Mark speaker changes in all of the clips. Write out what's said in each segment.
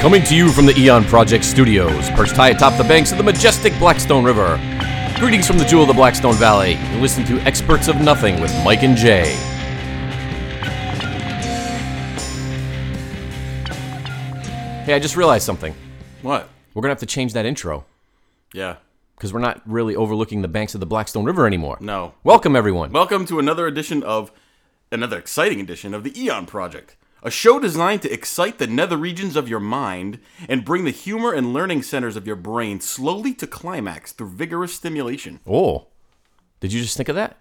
Speaker 1: Coming to you from the Eon Project studios, perched high atop the banks of the majestic Blackstone River. Greetings from the jewel of the Blackstone Valley. You listen to Experts of Nothing with Mike and Jay. Hey, I just realized something.
Speaker 2: What?
Speaker 1: We're going to have to change that intro
Speaker 2: Yeah.
Speaker 1: because we're not really overlooking the banks of the Blackstone River anymore.
Speaker 2: No.
Speaker 1: Welcome, everyone.
Speaker 2: Welcome to another edition of another exciting edition of the Eon Project, a show designed to excite the nether regions of your mind and bring the humor and learning centers of your brain slowly to climax through vigorous stimulation.
Speaker 1: oh, did you just think of that?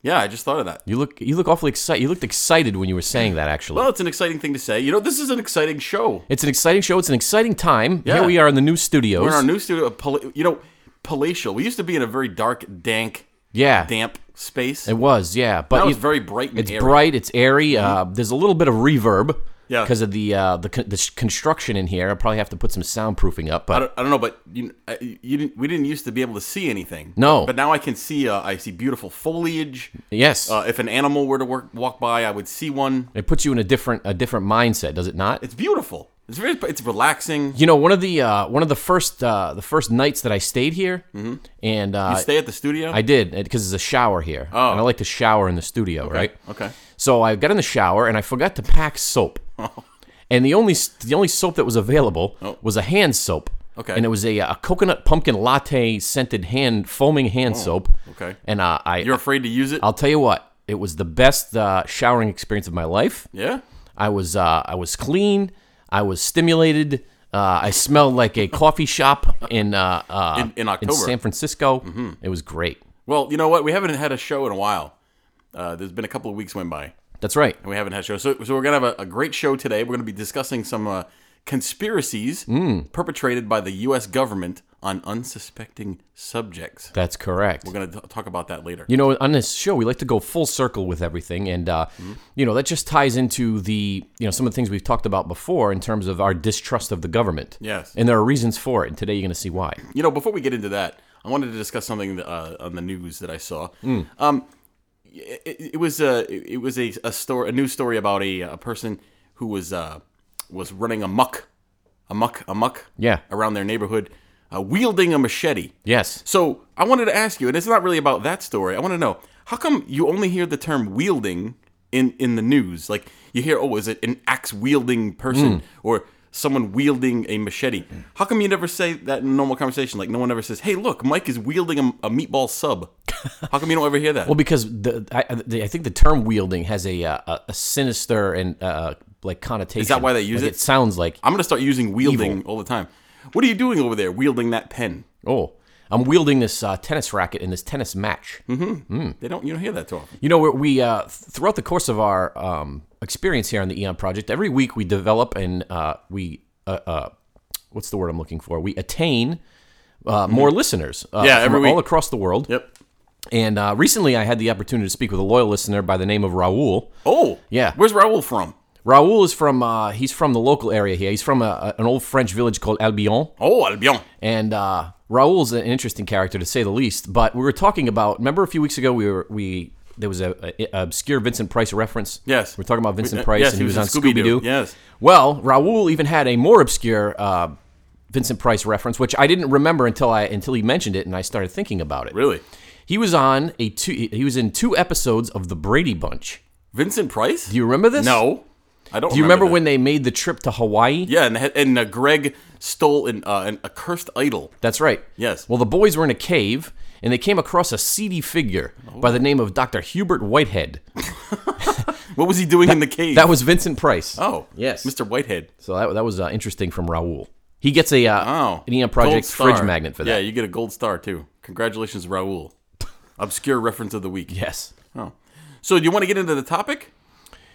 Speaker 2: Yeah, I just thought of that.
Speaker 1: You look, you look awfully excited. You looked excited when you were saying that, actually.
Speaker 2: Well, it's an exciting thing to say. You know, this is an exciting show.
Speaker 1: It's an exciting show. It's an exciting time.
Speaker 2: Yeah.
Speaker 1: Here we are in the new studios.
Speaker 2: We're in our new studio, of Pala- you know, palatial. We used to be in a very dark, dank,
Speaker 1: yeah,
Speaker 2: damp space.
Speaker 1: it was. Yeah,
Speaker 2: Now
Speaker 1: but
Speaker 2: it's
Speaker 1: you-
Speaker 2: very bright and
Speaker 1: it's
Speaker 2: airy. Mm-hmm.
Speaker 1: bright. It's airy. Uh, there's a little bit of reverb.
Speaker 2: Yeah.
Speaker 1: Because of the uh, the con- the sh- construction in here, I probably have to put some soundproofing up.
Speaker 2: I
Speaker 1: But
Speaker 2: don't, I don't know, but you, I- you didn't, we didn't used to be able to see anything.
Speaker 1: No.
Speaker 2: but now I can see. Uh, I see beautiful foliage.
Speaker 1: yes,
Speaker 2: Uh, if an animal were to work, walk by, I would see one.
Speaker 1: it puts you in a different a different mindset, does it not?
Speaker 2: It's beautiful. It's very. It's relaxing.
Speaker 1: you know, one of the uh, one of the first uh, the first nights that I stayed here, and uh,
Speaker 2: Mm-hmm. You stay at the studio.
Speaker 1: I did because there's a shower here, oh. and I like to shower in the studio, right?
Speaker 2: okay.
Speaker 1: So I got in the shower and I forgot to pack soap. And the only the only soap that was available was a hand soap.
Speaker 2: Oh. Okay.
Speaker 1: And it was a, uh, a coconut pumpkin latte scented hand foaming hand soap.
Speaker 2: Oh, okay.
Speaker 1: And uh, I
Speaker 2: You're afraid to use it.
Speaker 1: I'll tell you what, it was the best uh, showering experience of my life.
Speaker 2: yeah.
Speaker 1: I was uh, I was clean. I was stimulated. Uh, I smelled like a coffee shop in uh, uh,
Speaker 2: In- in October. Mm-hmm.
Speaker 1: San Francisco. It was great.
Speaker 2: Well, you know what? We haven't had a show in a while. Uh, there's been a couple of weeks went by,
Speaker 1: That's right.
Speaker 2: and we haven't had a show. So, so we're gonna have a, a great show today. We're gonna be discussing some uh, conspiracies
Speaker 1: Hmm.
Speaker 2: perpetrated by the U.S. government on unsuspecting subjects.
Speaker 1: That's correct.
Speaker 2: We're gonna t- talk about that later.
Speaker 1: You know, on this show, we like to go full circle with everything, and uh, you know that just ties into the you know some of the things we've talked about before in terms of our distrust of the government.
Speaker 2: Yes.
Speaker 1: and there are reasons for it, and today you're going to see why.
Speaker 2: You know, before we get into that, I wanted to discuss something uh, on the news that I saw.
Speaker 1: Hmm.
Speaker 2: Um, it, it was a it was a a story a news story about a, a person who was uh, was running amok, amok, amok,
Speaker 1: Yeah.
Speaker 2: around their neighborhood, uh, wielding a machete.
Speaker 1: Yes,
Speaker 2: So I wanted to ask you, and it's not really about that story. I want to know how come you only hear the term wielding in in the news? Like you hear, oh, is it an axe wielding
Speaker 1: Hmm.
Speaker 2: person or someone wielding a machete? How come you never say that in normal conversation? Like no one ever says, hey, look, Mike is wielding a, a meatball sub. how come you don't ever hear that?
Speaker 1: well, because the I, I- the, I think the term wielding has a uh, a- a sinister and uh, like connotation. Is
Speaker 2: that why they use it?
Speaker 1: It sounds like
Speaker 2: I'm gonna start using wielding all the time. What are you doing over there, wielding that pen?
Speaker 1: oh, I'm wielding this uh, tennis racket in this tennis match.
Speaker 2: They don't, you don't hear that too often.
Speaker 1: You know, we- we uh, th- throughout the course of our um, experience here on the Eon Project, every week we develop and uh, we uh, uh, what's the word I'm looking for? We attain uh, more listeners. Uh,
Speaker 2: Mm-hmm. Yeah,
Speaker 1: from
Speaker 2: every
Speaker 1: all
Speaker 2: week.
Speaker 1: across the world.
Speaker 2: Yep.
Speaker 1: And uh, recently, I had the opportunity to speak with a loyal listener by the name of Raul.
Speaker 2: Oh,
Speaker 1: Yeah.
Speaker 2: Where's Raoul from?
Speaker 1: Raul is from uh, he's from the local area here. He's from a, a- an old French village called Albion.
Speaker 2: Oh, Albion.
Speaker 1: And uh, Raul's an interesting character to say the least. But we were talking about. Remember a few weeks ago we were we there was a, a- a obscure Vincent Price reference.
Speaker 2: Yes.
Speaker 1: we're talking about Vincent
Speaker 2: Uh,
Speaker 1: Price
Speaker 2: yes,
Speaker 1: and
Speaker 2: he
Speaker 1: he was,
Speaker 2: was in
Speaker 1: on Scooby
Speaker 2: Scooby-Doo.
Speaker 1: Doo.
Speaker 2: Yes.
Speaker 1: Well, Raul even had a more obscure uh, Vincent Price reference, which I didn't remember until I until he mentioned it and I started thinking about it.
Speaker 2: Really?
Speaker 1: He was on a two. He was in two episodes of The Brady Bunch.
Speaker 2: Vincent Price?
Speaker 1: Do you remember this?
Speaker 2: No, I don't.
Speaker 1: Do you remember,
Speaker 2: that.
Speaker 1: when they made the trip to Hawaii?
Speaker 2: Yeah, and and uh, Greg stole an, uh, an accursed idol.
Speaker 1: That's right.
Speaker 2: Yes.
Speaker 1: Well, the boys were in a cave and they came across a seedy figure by the name of Dr. Hubert Whitehead.
Speaker 2: What was he doing in the cave?
Speaker 1: That was Vincent Price.
Speaker 2: oh
Speaker 1: Yes.
Speaker 2: Mr. Whitehead.
Speaker 1: So that, that was uh, interesting from Raul. He gets a uh,
Speaker 2: Oh,
Speaker 1: an Eon
Speaker 2: Gold
Speaker 1: Project
Speaker 2: star.
Speaker 1: fridge magnet for
Speaker 2: Yeah,
Speaker 1: that.
Speaker 2: you get a gold star too. Congratulations, Raul. Obscure reference of the week.
Speaker 1: Yes.
Speaker 2: Oh, so do you want to get into the topic?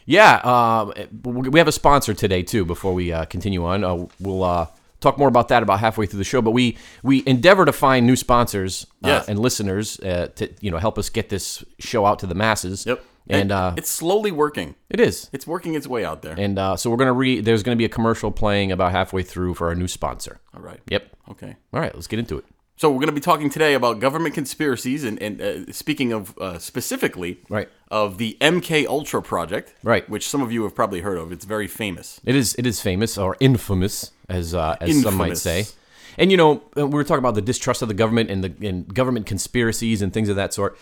Speaker 1: Yeah. Um, we we have a sponsor today too. Before we uh, continue on, uh, we'll uh, talk more about that about halfway through the show. But we we endeavor to find new sponsors uh,
Speaker 2: Yes.
Speaker 1: and listeners uh, to you know help us get this show out to the masses.
Speaker 2: And,
Speaker 1: And uh,
Speaker 2: it's slowly working.
Speaker 1: it is.
Speaker 2: It's working its way out there.
Speaker 1: And uh, so we're gonna re. There's gonna be a commercial playing about halfway through for our new sponsor.
Speaker 2: All right.
Speaker 1: Yep.
Speaker 2: Okay.
Speaker 1: All right, let's get into it.
Speaker 2: So we're going to be talking today about government conspiracies, and, and uh, speaking of uh, specifically,
Speaker 1: Right.
Speaker 2: of the MK Ultra project,
Speaker 1: Right.
Speaker 2: which some of you have probably heard of. It's very famous.
Speaker 1: It is it is famous or infamous as uh, as some might
Speaker 2: Infamous.
Speaker 1: say. And you know, uh, we were talking about the distrust of the government and the and government conspiracies and things of that sort.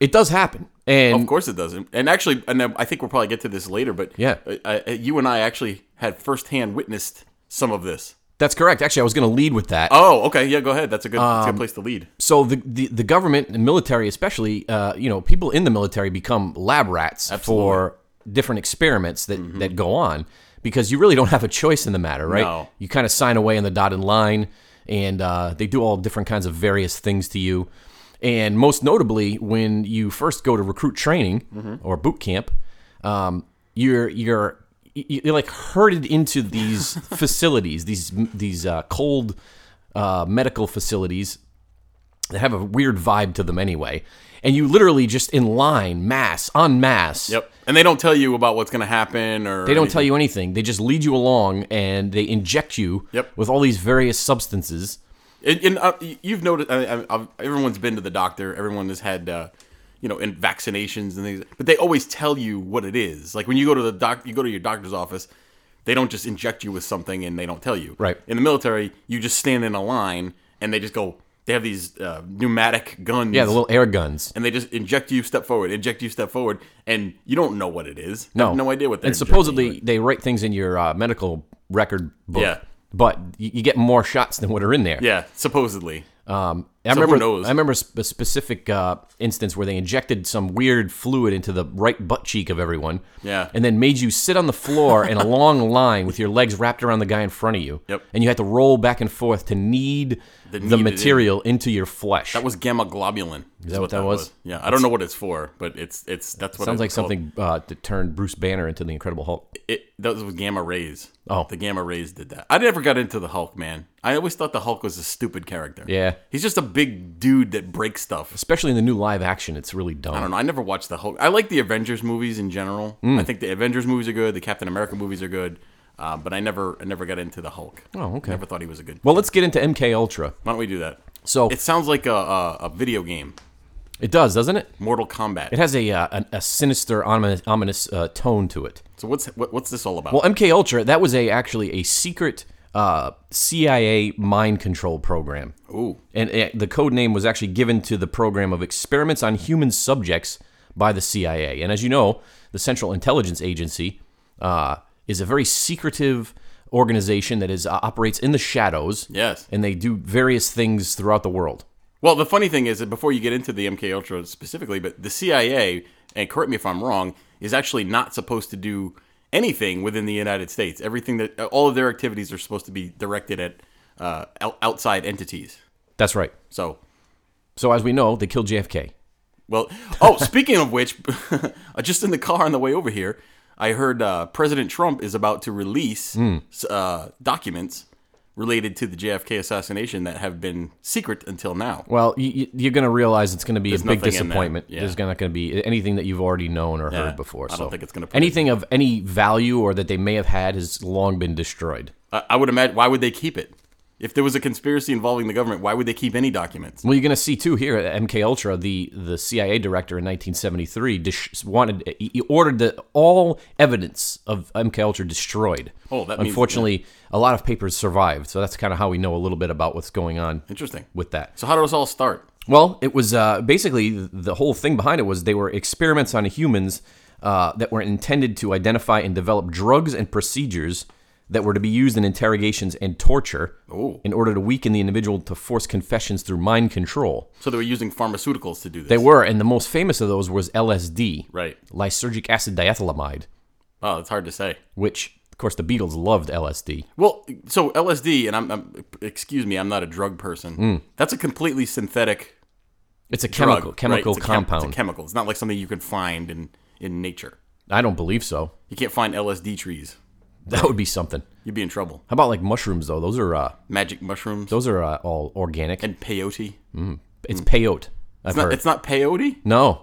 Speaker 1: It does happen. And
Speaker 2: Of course, it doesn't. And actually, and I think we'll probably get to this later. But uh,
Speaker 1: Yeah.
Speaker 2: I, I, you and I actually had firsthand witnessed some of this.
Speaker 1: that's correct. Actually, I was going to lead with that.
Speaker 2: Oh, okay. Yeah, go ahead. That's a good, that's
Speaker 1: Um,
Speaker 2: a good place to lead.
Speaker 1: so the, the the government and military, especially, uh, you know, people in the military become lab rats for different experiments that that go on because you really don't have a choice in the matter, right?
Speaker 2: No.
Speaker 1: You kind of sign away on the dotted line, and uh, they do all different kinds of various things to you. And most notably, when you first go to recruit training or boot camp, um, you're you're y- you're like herded into these facilities, these these uh, cold uh, medical facilities they have a weird vibe to them anyway. And you literally just in line, mass, en masse.
Speaker 2: Yep. And they don't tell you about what's going to happen, or
Speaker 1: They don't tell you anything. They just lead you along and they inject you
Speaker 2: Yep.
Speaker 1: with all these various substances.
Speaker 2: And, and uh, y- you've noticed, I, I, I've, everyone's been to the doctor. Everyone has had, uh, you know, and vaccinations and things. But they always tell you what it is. Like when you go to the doc, you go to your doctor's office. They don't just inject you with something and they don't tell you.
Speaker 1: Right.
Speaker 2: In the military, you just stand in a line and they just go. They have these uh, pneumatic guns.
Speaker 1: Yeah, the little air guns.
Speaker 2: and they just inject you, step forward, inject you, step forward, and you don't know what it is. You
Speaker 1: No,
Speaker 2: have no idea what. they're
Speaker 1: And
Speaker 2: injecting you with.
Speaker 1: supposedly they write things in your uh, medical record book.
Speaker 2: Yeah.
Speaker 1: But you, you get more shots than what are in there.
Speaker 2: yeah, supposedly.
Speaker 1: Um, I
Speaker 2: who
Speaker 1: remember.
Speaker 2: knows?
Speaker 1: I remember a sp- specific uh, instance where they injected some weird fluid into the right butt cheek of everyone.
Speaker 2: Yeah.
Speaker 1: And then made you sit on the floor in a long line with your legs wrapped around the guy in front of you.
Speaker 2: Yep.
Speaker 1: And you had to roll back and forth to knead the,
Speaker 2: kneaded in.
Speaker 1: material into your flesh.
Speaker 2: That was gamma globulin. Is,
Speaker 1: that what that was?
Speaker 2: Yeah, I don't know what it's for, but it's it's that's what
Speaker 1: Sounds
Speaker 2: it's
Speaker 1: like
Speaker 2: called.
Speaker 1: something uh, that turned Bruce Banner into the Incredible Hulk.
Speaker 2: It those was gamma rays.
Speaker 1: Oh.
Speaker 2: the gamma rays did that. I never got into the Hulk, man. I always thought the Hulk was a stupid character.
Speaker 1: Yeah.
Speaker 2: he's just a big dude that breaks stuff.
Speaker 1: Especially in the new live action, it's really dumb.
Speaker 2: I don't know. I never watched the Hulk. I like the Avengers movies in general.
Speaker 1: Hmm.
Speaker 2: I think the Avengers movies are good. The Captain America movies are good. Uh, but I never, I never got into the Hulk.
Speaker 1: Oh, okay.
Speaker 2: Never thought he was a good.
Speaker 1: Well, let's get into MK Ultra.
Speaker 2: Why don't we do that?
Speaker 1: So
Speaker 2: It sounds like a, a, a video game,
Speaker 1: it does, doesn't it?
Speaker 2: Mortal Kombat.
Speaker 1: It has a uh, an, a sinister, ominous, ominous uh, tone to it.
Speaker 2: So what's what, what's this all about?
Speaker 1: Well, MK Ultra that was a actually a secret uh, CIA mind control program.
Speaker 2: Ooh.
Speaker 1: And uh, the code name was actually given to the program of experiments on human subjects by the CIA. And as you know, the Central Intelligence Agency uh, is a very secretive organization that is uh, operates in the shadows.
Speaker 2: Yes.
Speaker 1: And they do various things throughout the world.
Speaker 2: Well, the funny thing is that before you get into the MK Ultra specifically, but the CIA, and correct me if I'm wrong, is actually not supposed to do anything within the United States. Everything that all of their activities are supposed to be directed at uh, out- outside entities.
Speaker 1: That's right.
Speaker 2: So,
Speaker 1: So as we know, they killed JFK.
Speaker 2: well, oh, speaking of which, just in the car on the way over here, I heard uh, President Trump is about to release s- uh, documents related to the JFK assassination that have been secret until now.
Speaker 1: Well, you, you're going to realize it's going to be a big
Speaker 2: nothing in there.
Speaker 1: disappointment.
Speaker 2: Yeah.
Speaker 1: There's not going to be anything that you've already known or
Speaker 2: Yeah.
Speaker 1: heard before.
Speaker 2: I
Speaker 1: So
Speaker 2: don't think it's gonna put
Speaker 1: anything of any value or that they may have had has long been destroyed.
Speaker 2: I, I would imagine. Why would they keep it? If there was a conspiracy involving the government, why would they keep any documents?
Speaker 1: Well, you're going to see too here at MK Ultra, the the CIA director in 1973 dis- wanted he he ordered that all evidence of MK Ultra destroyed.
Speaker 2: Oh, that means-
Speaker 1: unfortunately, a lot of papers survived. So that's kind of how we know a little bit about what's going on
Speaker 2: Interesting.
Speaker 1: with that.
Speaker 2: So how did this all start?
Speaker 1: Well, it was uh, basically the whole thing behind it was they were experiments on humans uh, that were intended to identify and develop drugs and procedures that were to be used in interrogations and torture in order to weaken the individual to force confessions through mind control.
Speaker 2: So they were using pharmaceuticals to do this.
Speaker 1: They were, and the most famous of those was LSD,
Speaker 2: right.
Speaker 1: lysergic acid diethylamide,
Speaker 2: Oh, it's hard to say.
Speaker 1: which, of course, the Beatles loved LSD.
Speaker 2: Well, so LSD, and I'm, I'm excuse me, I'm not a drug person. That's a completely synthetic
Speaker 1: It's a
Speaker 2: drug,
Speaker 1: Hmm. chemical
Speaker 2: right?
Speaker 1: chemical
Speaker 2: It's a chem-
Speaker 1: compound.
Speaker 2: it's a chemical. It's not like something you can find in in nature.
Speaker 1: I don't believe so.
Speaker 2: You can't find LSD trees.
Speaker 1: That would be something.
Speaker 2: You'd be in trouble.
Speaker 1: How about like mushrooms though? Those are uh,
Speaker 2: Magic mushrooms
Speaker 1: those are uh, all organic.
Speaker 2: and peyote.
Speaker 1: It's peyote. I've
Speaker 2: Hmm. It's not,
Speaker 1: heard.
Speaker 2: it's not peyote.
Speaker 1: no,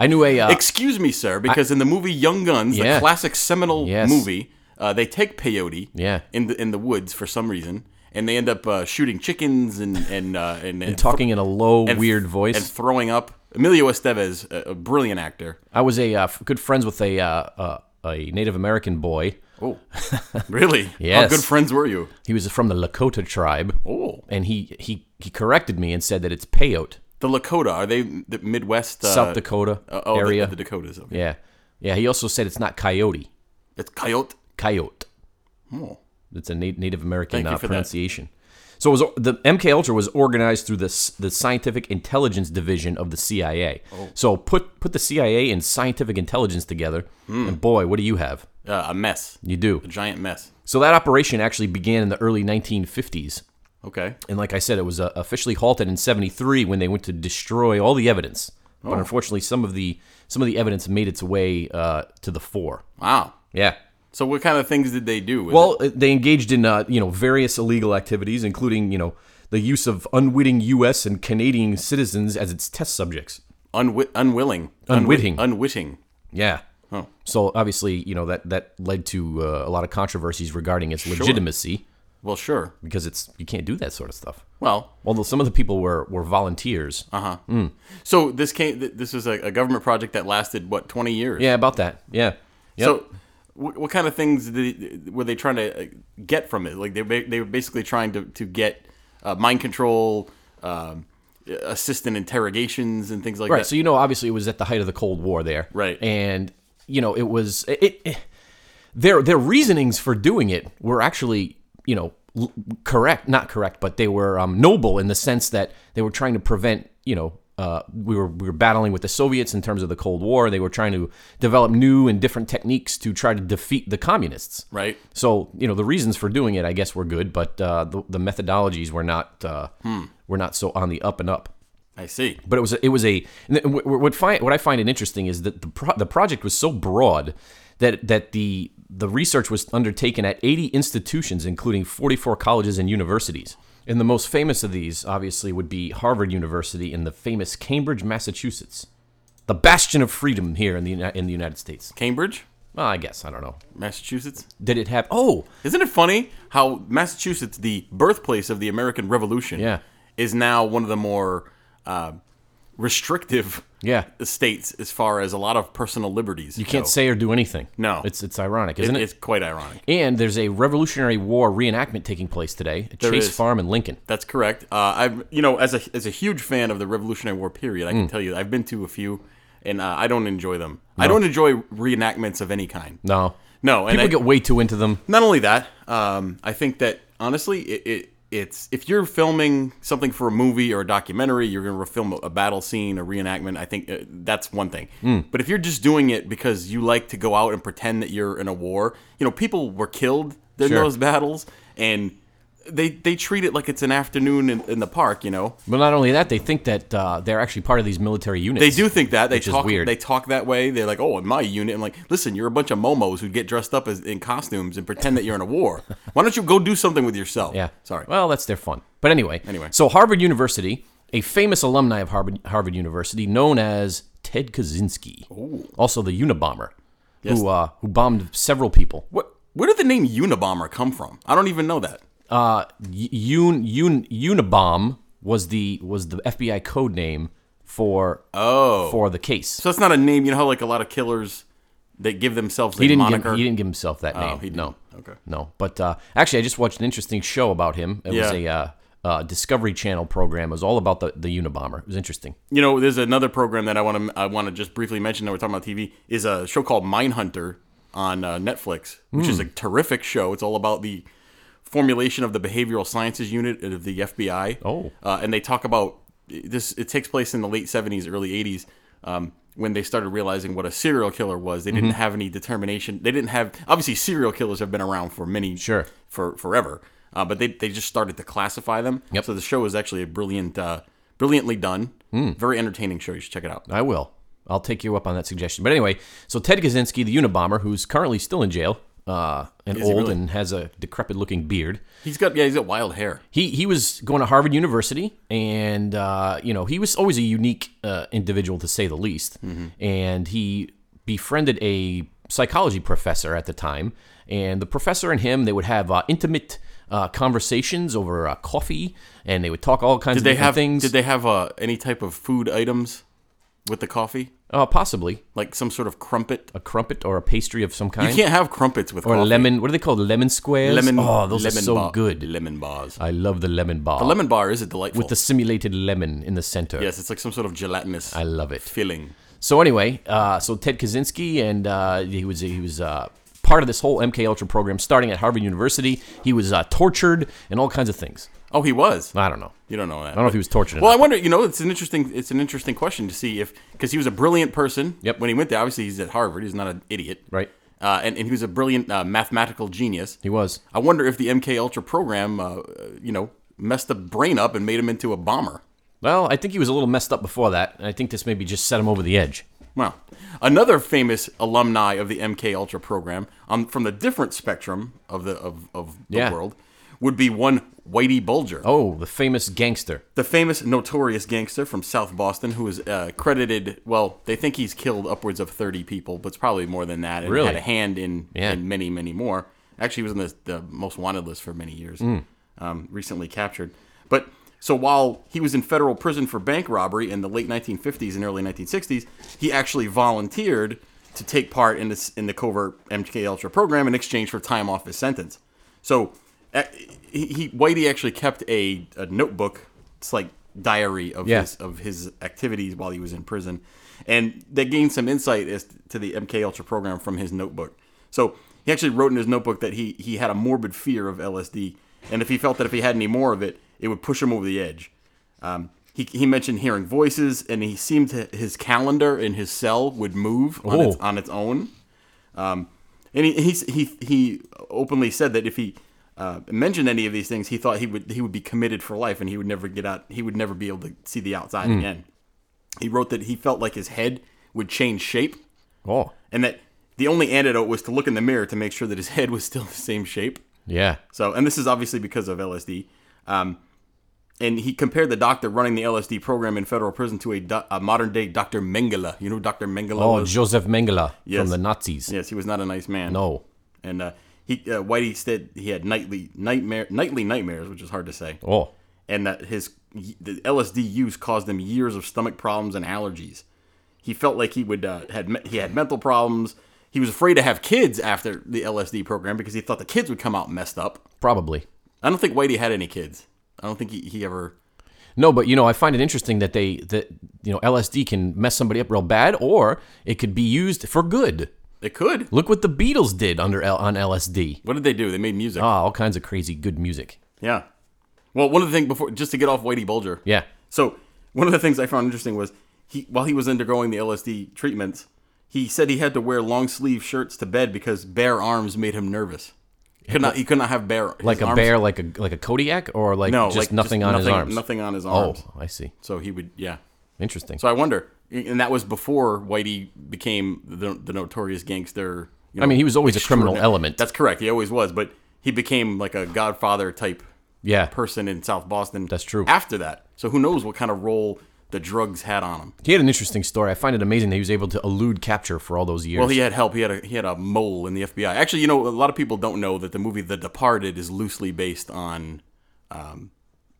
Speaker 1: I knew a. Uh,
Speaker 2: Excuse me, sir, because in the movie Young Guns,
Speaker 1: Yeah.
Speaker 2: the classic seminal
Speaker 1: Yes.
Speaker 2: movie, uh, they take peyote
Speaker 1: Yeah.
Speaker 2: in the in the woods for some reason, and they end up uh, shooting chickens and and uh, and, and
Speaker 1: talking in a low,
Speaker 2: and-
Speaker 1: weird voice.
Speaker 2: and throwing up. Emilio Estevez, a, a brilliant actor.
Speaker 1: I was a uh, f- good friends with a uh, uh, a Native American boy.
Speaker 2: Oh, really?
Speaker 1: Yes.
Speaker 2: How good friends were you?
Speaker 1: He was from the Lakota tribe,
Speaker 2: Oh,
Speaker 1: and he he he corrected me and said that it's peyote,
Speaker 2: the Lakota are they the Midwest uh,
Speaker 1: South Dakota
Speaker 2: uh, oh, the-
Speaker 1: area.
Speaker 2: The, Dakotas. Okay.
Speaker 1: yeah, yeah. He also said it's not coyote,
Speaker 2: It's coyote.
Speaker 1: coyote.
Speaker 2: Oh.
Speaker 1: It's a na- Native American
Speaker 2: Thank you
Speaker 1: uh,
Speaker 2: for that.
Speaker 1: pronunciation. So it was, the MK Ultra was organized through the s- the Scientific Intelligence Division of the CIA.
Speaker 2: Oh.
Speaker 1: So put put the CIA and Scientific Intelligence together,
Speaker 2: Hmm.
Speaker 1: and boy, what do you have?
Speaker 2: Uh, a mess,
Speaker 1: You do.
Speaker 2: a giant mess.
Speaker 1: So that operation actually began in the early 1950s,
Speaker 2: Okay.
Speaker 1: and like I said, it was uh, officially halted in '73 when they went to destroy all the evidence.
Speaker 2: Oh.
Speaker 1: But unfortunately, some of the some of the evidence made its way uh, to the fore.
Speaker 2: Wow.
Speaker 1: Yeah.
Speaker 2: So what kind of things did they do? Was
Speaker 1: Well, they engaged in uh, you know various illegal activities, including you know the use of unwitting U.S. and Canadian citizens as its test subjects.
Speaker 2: it unwi- unwilling,
Speaker 1: Unwitting.
Speaker 2: Unwi- unwitting.
Speaker 1: Yeah.
Speaker 2: Oh.
Speaker 1: So obviously, you know that that led to uh, a lot of controversies regarding its legitimacy
Speaker 2: Well, sure.
Speaker 1: because it's you can't do that sort of stuff.
Speaker 2: Well,
Speaker 1: Although some of the people were were volunteers.
Speaker 2: so this came. th- This was a, a government project that lasted what twenty years.
Speaker 1: yeah, about that. Yeah. Yep.
Speaker 2: So, what, what kind of things did they, were they trying to uh, get from it? Like they ba- they were basically trying to to get uh, mind control, um, assistant interrogations, and things like
Speaker 1: Right.
Speaker 2: that.
Speaker 1: So you know, obviously, it was at the height of the Cold War there.
Speaker 2: Right.
Speaker 1: And you know, it was it. it their their reasonings for doing it were actually you know l- correct, not correct, but they were um, noble in the sense that they were trying to prevent you know. Uh, we were we were battling with the Soviets in terms of the Cold War. They were trying to develop new and different techniques to try to defeat the communists.
Speaker 2: Right.
Speaker 1: So you know the reasons for doing it, I guess, were good, but uh, the, the methodologies were not uh,
Speaker 2: Hmm.
Speaker 1: were not so on the up and up
Speaker 2: I see.
Speaker 1: but it was it was a and wh- wh- what find what I find it interesting is that the pro, the project was so broad that that the the research was undertaken at 80 institutions including 44 colleges and universities and the most famous of these obviously would be Harvard University in the famous Cambridge Massachusetts the bastion of freedom here in the Uni- in the United States
Speaker 2: Cambridge,
Speaker 1: well I guess I don't know
Speaker 2: Massachusetts.
Speaker 1: did it have oh
Speaker 2: Isn't it funny how Massachusetts, the birthplace of the American Revolution,
Speaker 1: Yeah.
Speaker 2: is now one of the more uh, restrictive
Speaker 1: yeah
Speaker 2: states as far as a lot of personal liberties.
Speaker 1: you can't say or do anything
Speaker 2: No.
Speaker 1: it's it's ironic isn't it,
Speaker 2: It's quite ironic.
Speaker 1: and there's a Revolutionary War reenactment taking place today at Chase
Speaker 2: is.
Speaker 1: Farm in Lincoln
Speaker 2: That's correct. Uh, I've you know as a as a huge fan of the Revolutionary War period, I
Speaker 1: Mm.
Speaker 2: can tell you I've been to a few, and uh, I don't enjoy them. I don't enjoy reenactments of any kind.
Speaker 1: no
Speaker 2: No, and
Speaker 1: People
Speaker 2: I,
Speaker 1: get way too into them.
Speaker 2: not only that, um, I think that honestly, it, it it's if you're filming something for a movie or a documentary, you're going to film a battle scene, a reenactment. I think uh, that's one thing. But if you're just doing it because you like to go out and pretend that you're in a war, you know, people were killed in
Speaker 1: Sure.
Speaker 2: those battles, and they they treat it like it's an afternoon in, in the park. You know,
Speaker 1: But not only that, they think that uh, they're actually part of these military units.
Speaker 2: they do think that they
Speaker 1: is
Speaker 2: talk
Speaker 1: weird.
Speaker 2: they talk that way. They're like, "Oh, in my unit." I'm like, "Listen, you're a bunch of momos who get dressed up as in costumes and pretend that you're in a war. Why don't you go do something with yourself?"
Speaker 1: Yeah.
Speaker 2: Sorry.
Speaker 1: Well, that's their fun. But anyway.
Speaker 2: Anyway.
Speaker 1: So Harvard University, a famous alumni of Harvard, Harvard University, known as Ted Kaczynski, also the Unabomber, who uh, who bombed several people.
Speaker 2: What? Where did the name Unabomber come from? I don't even know that.
Speaker 1: Uh, y- un, un, Unabomb was the was the FBI code name for oh for the case.
Speaker 2: So that's not a name. You know how like a lot of killers, they give themselves a
Speaker 1: he didn't
Speaker 2: moniker. Oh,
Speaker 1: give, he didn't give himself that name.
Speaker 2: he didn't.
Speaker 1: No.
Speaker 2: Okay.
Speaker 1: No, but uh, actually, I just watched an interesting show about him. It was
Speaker 2: Yeah.
Speaker 1: a uh, uh, Discovery Channel program. It was all about the, the Unabomber. It was interesting.
Speaker 2: you know, there's another program that I want to I want to just briefly mention that we're talking about TV is a show called Mindhunter on uh, Netflix, which is a terrific show. It's all about the formulation of the behavioral sciences unit of the FBI.
Speaker 1: Oh.
Speaker 2: uh, and they talk about this. It takes place in the late '70s, early '80s. Um, when they started realizing what a serial killer was, they didn't have any determination. They didn't have obviously serial killers have been around for many
Speaker 1: Sure.
Speaker 2: for forever. Uh, but they, they just started to classify them.
Speaker 1: Yep.
Speaker 2: So the show is actually a brilliant, uh, brilliantly done,
Speaker 1: Hmm.
Speaker 2: very entertaining show. You should check it out.
Speaker 1: I will. I'll take you up on that suggestion. But anyway, so Ted Kaczynski, the Unabomber, who's currently still in jail uh, and
Speaker 2: he
Speaker 1: old
Speaker 2: really?
Speaker 1: and has a decrepit looking beard,
Speaker 2: He's got yeah, he's got wild hair.
Speaker 1: he he was going to Harvard University, and uh, you know he was always a unique uh, individual to say the least.
Speaker 2: Mm-hmm.
Speaker 1: And he befriended a psychology professor at the time, and the professor and him they would have uh, intimate uh, conversations over uh, coffee, and they would talk all kinds
Speaker 2: Did
Speaker 1: of
Speaker 2: they
Speaker 1: different
Speaker 2: have
Speaker 1: things.
Speaker 2: Did they have uh, any type of food items with the coffee?
Speaker 1: uh, possibly
Speaker 2: Like some sort of crumpet?
Speaker 1: a crumpet or a pastry of some
Speaker 2: You
Speaker 1: kind,
Speaker 2: can't have crumpets with
Speaker 1: or
Speaker 2: coffee.
Speaker 1: lemon. What are they called? Lemon squares.
Speaker 2: Lemon.
Speaker 1: Oh, those
Speaker 2: lemon
Speaker 1: are so
Speaker 2: bar-
Speaker 1: good.
Speaker 2: Lemon bars.
Speaker 1: I love the lemon bar
Speaker 2: A lemon bar is a delightful.
Speaker 1: with the simulated lemon in the center.
Speaker 2: yes, it's like some sort of gelatinous
Speaker 1: I love it.
Speaker 2: filling.
Speaker 1: So anyway, uh, so Ted Kaczynski and uh, he was he was uh, part of this whole MK Ultra program, starting at Harvard University. He was uh, tortured and all kinds of things.
Speaker 2: Oh, he was.
Speaker 1: I don't know.
Speaker 2: You don't know that.
Speaker 1: I don't know if he was tortured. Or
Speaker 2: Well, I
Speaker 1: not.
Speaker 2: wonder. You know, it's an interesting. It's an interesting question to see if because he was a brilliant person.
Speaker 1: Yep.
Speaker 2: When he went there, obviously he's at Harvard. He's not an idiot.
Speaker 1: Right.
Speaker 2: Uh, and, and he was a brilliant uh, mathematical genius.
Speaker 1: He was.
Speaker 2: I wonder if the MK Ultra program, uh, you know, messed the brain up and made him into a bomber.
Speaker 1: Well, I think he was a little messed up before that, and I think this maybe just set him over the edge.
Speaker 2: Well, another famous alumni of the MK Ultra program, um, from the different spectrum of the of, of the
Speaker 1: Yeah.
Speaker 2: world, would be one Whitey Bulger,
Speaker 1: Oh, the famous gangster.
Speaker 2: the famous notorious gangster from South Boston, who is uh, credited. Well, they think he's killed upwards of thirty people, but it's probably more than that, and
Speaker 1: Really?
Speaker 2: had a hand in,
Speaker 1: Yeah.
Speaker 2: in many, many more. Actually, he was on the, the most wanted list for many years.
Speaker 1: Mm.
Speaker 2: Um, recently captured, but. So while he was in federal prison for bank robbery in the late 1950s and early 1960s, he actually volunteered to take part in this in the covert MK Ultra program in exchange for time off his sentence. So uh, he, he Whitey actually kept a, a notebook, it's like diary of
Speaker 1: Yeah.
Speaker 2: his of his activities while he was in prison, and they gained some insight as to the MK Ultra program from his notebook. So he actually wrote in his notebook that he he had a morbid fear of LSD, and if he felt that if he had any more of it, it would push him over the edge. Um, he, he mentioned hearing voices, and he seemed to, his calendar in his cell would move on, its,
Speaker 1: Oh.
Speaker 2: on its own. And he, he he he openly said that if he uh, mentioned any of these things, he thought he would he would be committed for life, and he would never get out. He would never be able to see the outside again. He wrote that he felt like his head would change shape,
Speaker 1: Oh,
Speaker 2: and that the only antidote was to look in the mirror to make sure that his head was still the same shape.
Speaker 1: yeah.
Speaker 2: So, and this is obviously because of LSD. Um, and he compared the doctor running the LSD program in federal prison to a, do- a modern day Dr. Mengele. You know, who Dr. Mengele.
Speaker 1: Oh,
Speaker 2: was?
Speaker 1: Joseph Mengele
Speaker 2: Yes.
Speaker 1: from the Nazis.
Speaker 2: yes, he was not a nice man.
Speaker 1: No.
Speaker 2: And uh, he uh, Whitey said he had nightly nightmare nightly nightmares, which is hard to say,
Speaker 1: Oh,
Speaker 2: and that his the LSD use caused him years of stomach problems and allergies. He felt like he would uh, had me- he had mental problems. He was afraid to have kids after the LSD program because he thought the kids would come out messed up.
Speaker 1: probably.
Speaker 2: I don't think Whitey had any kids. I don't think he, he ever.
Speaker 1: No, but you know, I find it interesting that they that you know LSD can mess somebody up real bad, or it could be used for good.
Speaker 2: They could.
Speaker 1: Look what the Beatles did under L- on LSD.
Speaker 2: What did they do? They made music.
Speaker 1: Ah, all kinds of crazy good music.
Speaker 2: Yeah. Well, one of the things before, just to get off Whitey Bulger.
Speaker 1: Yeah.
Speaker 2: So one of the things I found interesting was he while he was undergoing the LSD treatments, he said he had to wear long sleeve shirts to bed because bare arms made him nervous. Could not he could not have bare his
Speaker 1: Like a
Speaker 2: arms-
Speaker 1: bear, like a like a Kodiak, or like
Speaker 2: No,
Speaker 1: just
Speaker 2: like,
Speaker 1: nothing
Speaker 2: just
Speaker 1: on his
Speaker 2: nothing-
Speaker 1: arms.
Speaker 2: Nothing on his
Speaker 1: Oh,
Speaker 2: arms.
Speaker 1: I see.
Speaker 2: So he would yeah.
Speaker 1: Interesting.
Speaker 2: So I wonder, and that was before Whitey became the, the notorious gangster. You know,
Speaker 1: I mean, he was always a criminal
Speaker 2: extraordinary-
Speaker 1: element.
Speaker 2: That's correct. He always was, but he became like a Godfather type
Speaker 1: Yeah,
Speaker 2: person in South Boston.
Speaker 1: That's true.
Speaker 2: After that, so who knows what kind of role the drugs had on him?
Speaker 1: he had an interesting story. I find it amazing that he was able to elude capture for all those years.
Speaker 2: Well, he had help. He had a he had a mole in the FBI. Actually, you know, a lot of people don't know that the movie The Departed is loosely based on um,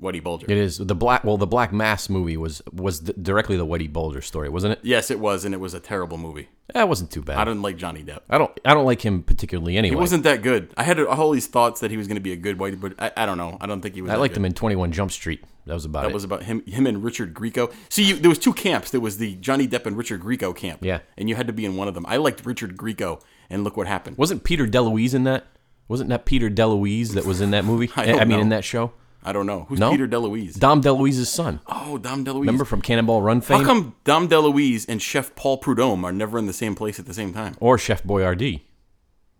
Speaker 2: Whitey Bulger.
Speaker 1: it is the black. Well, the Black Mass movie was was d- directly the Whitey Bulger story, wasn't it?
Speaker 2: Yes, it was, and it was a terrible movie.
Speaker 1: That wasn't too
Speaker 2: I
Speaker 1: bad.
Speaker 2: didn't like Johnny Depp.
Speaker 1: I don't. I don't like him particularly. Anyway,
Speaker 2: He wasn't that good. I had all these thoughts that he was going to be a good Whitey, but I, I don't know. I don't think he was.
Speaker 1: I
Speaker 2: that
Speaker 1: liked
Speaker 2: good.
Speaker 1: him in Twenty One Jump Street. That was about
Speaker 2: It
Speaker 1: it.
Speaker 2: was about him, him and Richard Grieco. See, you, there was two camps. There was the Johnny Depp and Richard Grieco camp.
Speaker 1: Yeah.
Speaker 2: and you had to be in one of them. I liked Richard Grieco, and look what happened.
Speaker 1: wasn't Peter DeLuise in that? Wasn't that Peter DeLuise that was in that movie?
Speaker 2: I don't
Speaker 1: mean, in
Speaker 2: know.
Speaker 1: that show,
Speaker 2: I don't know who's
Speaker 1: No?
Speaker 2: Peter DeLuise.
Speaker 1: Dom DeLuise's son.
Speaker 2: oh, Dom DeLuise.
Speaker 1: Remember from Cannonball Run fame
Speaker 2: How come Dom DeLuise and Chef Paul Prudhomme are never in the same place at the same time?
Speaker 1: or Chef Boyardee?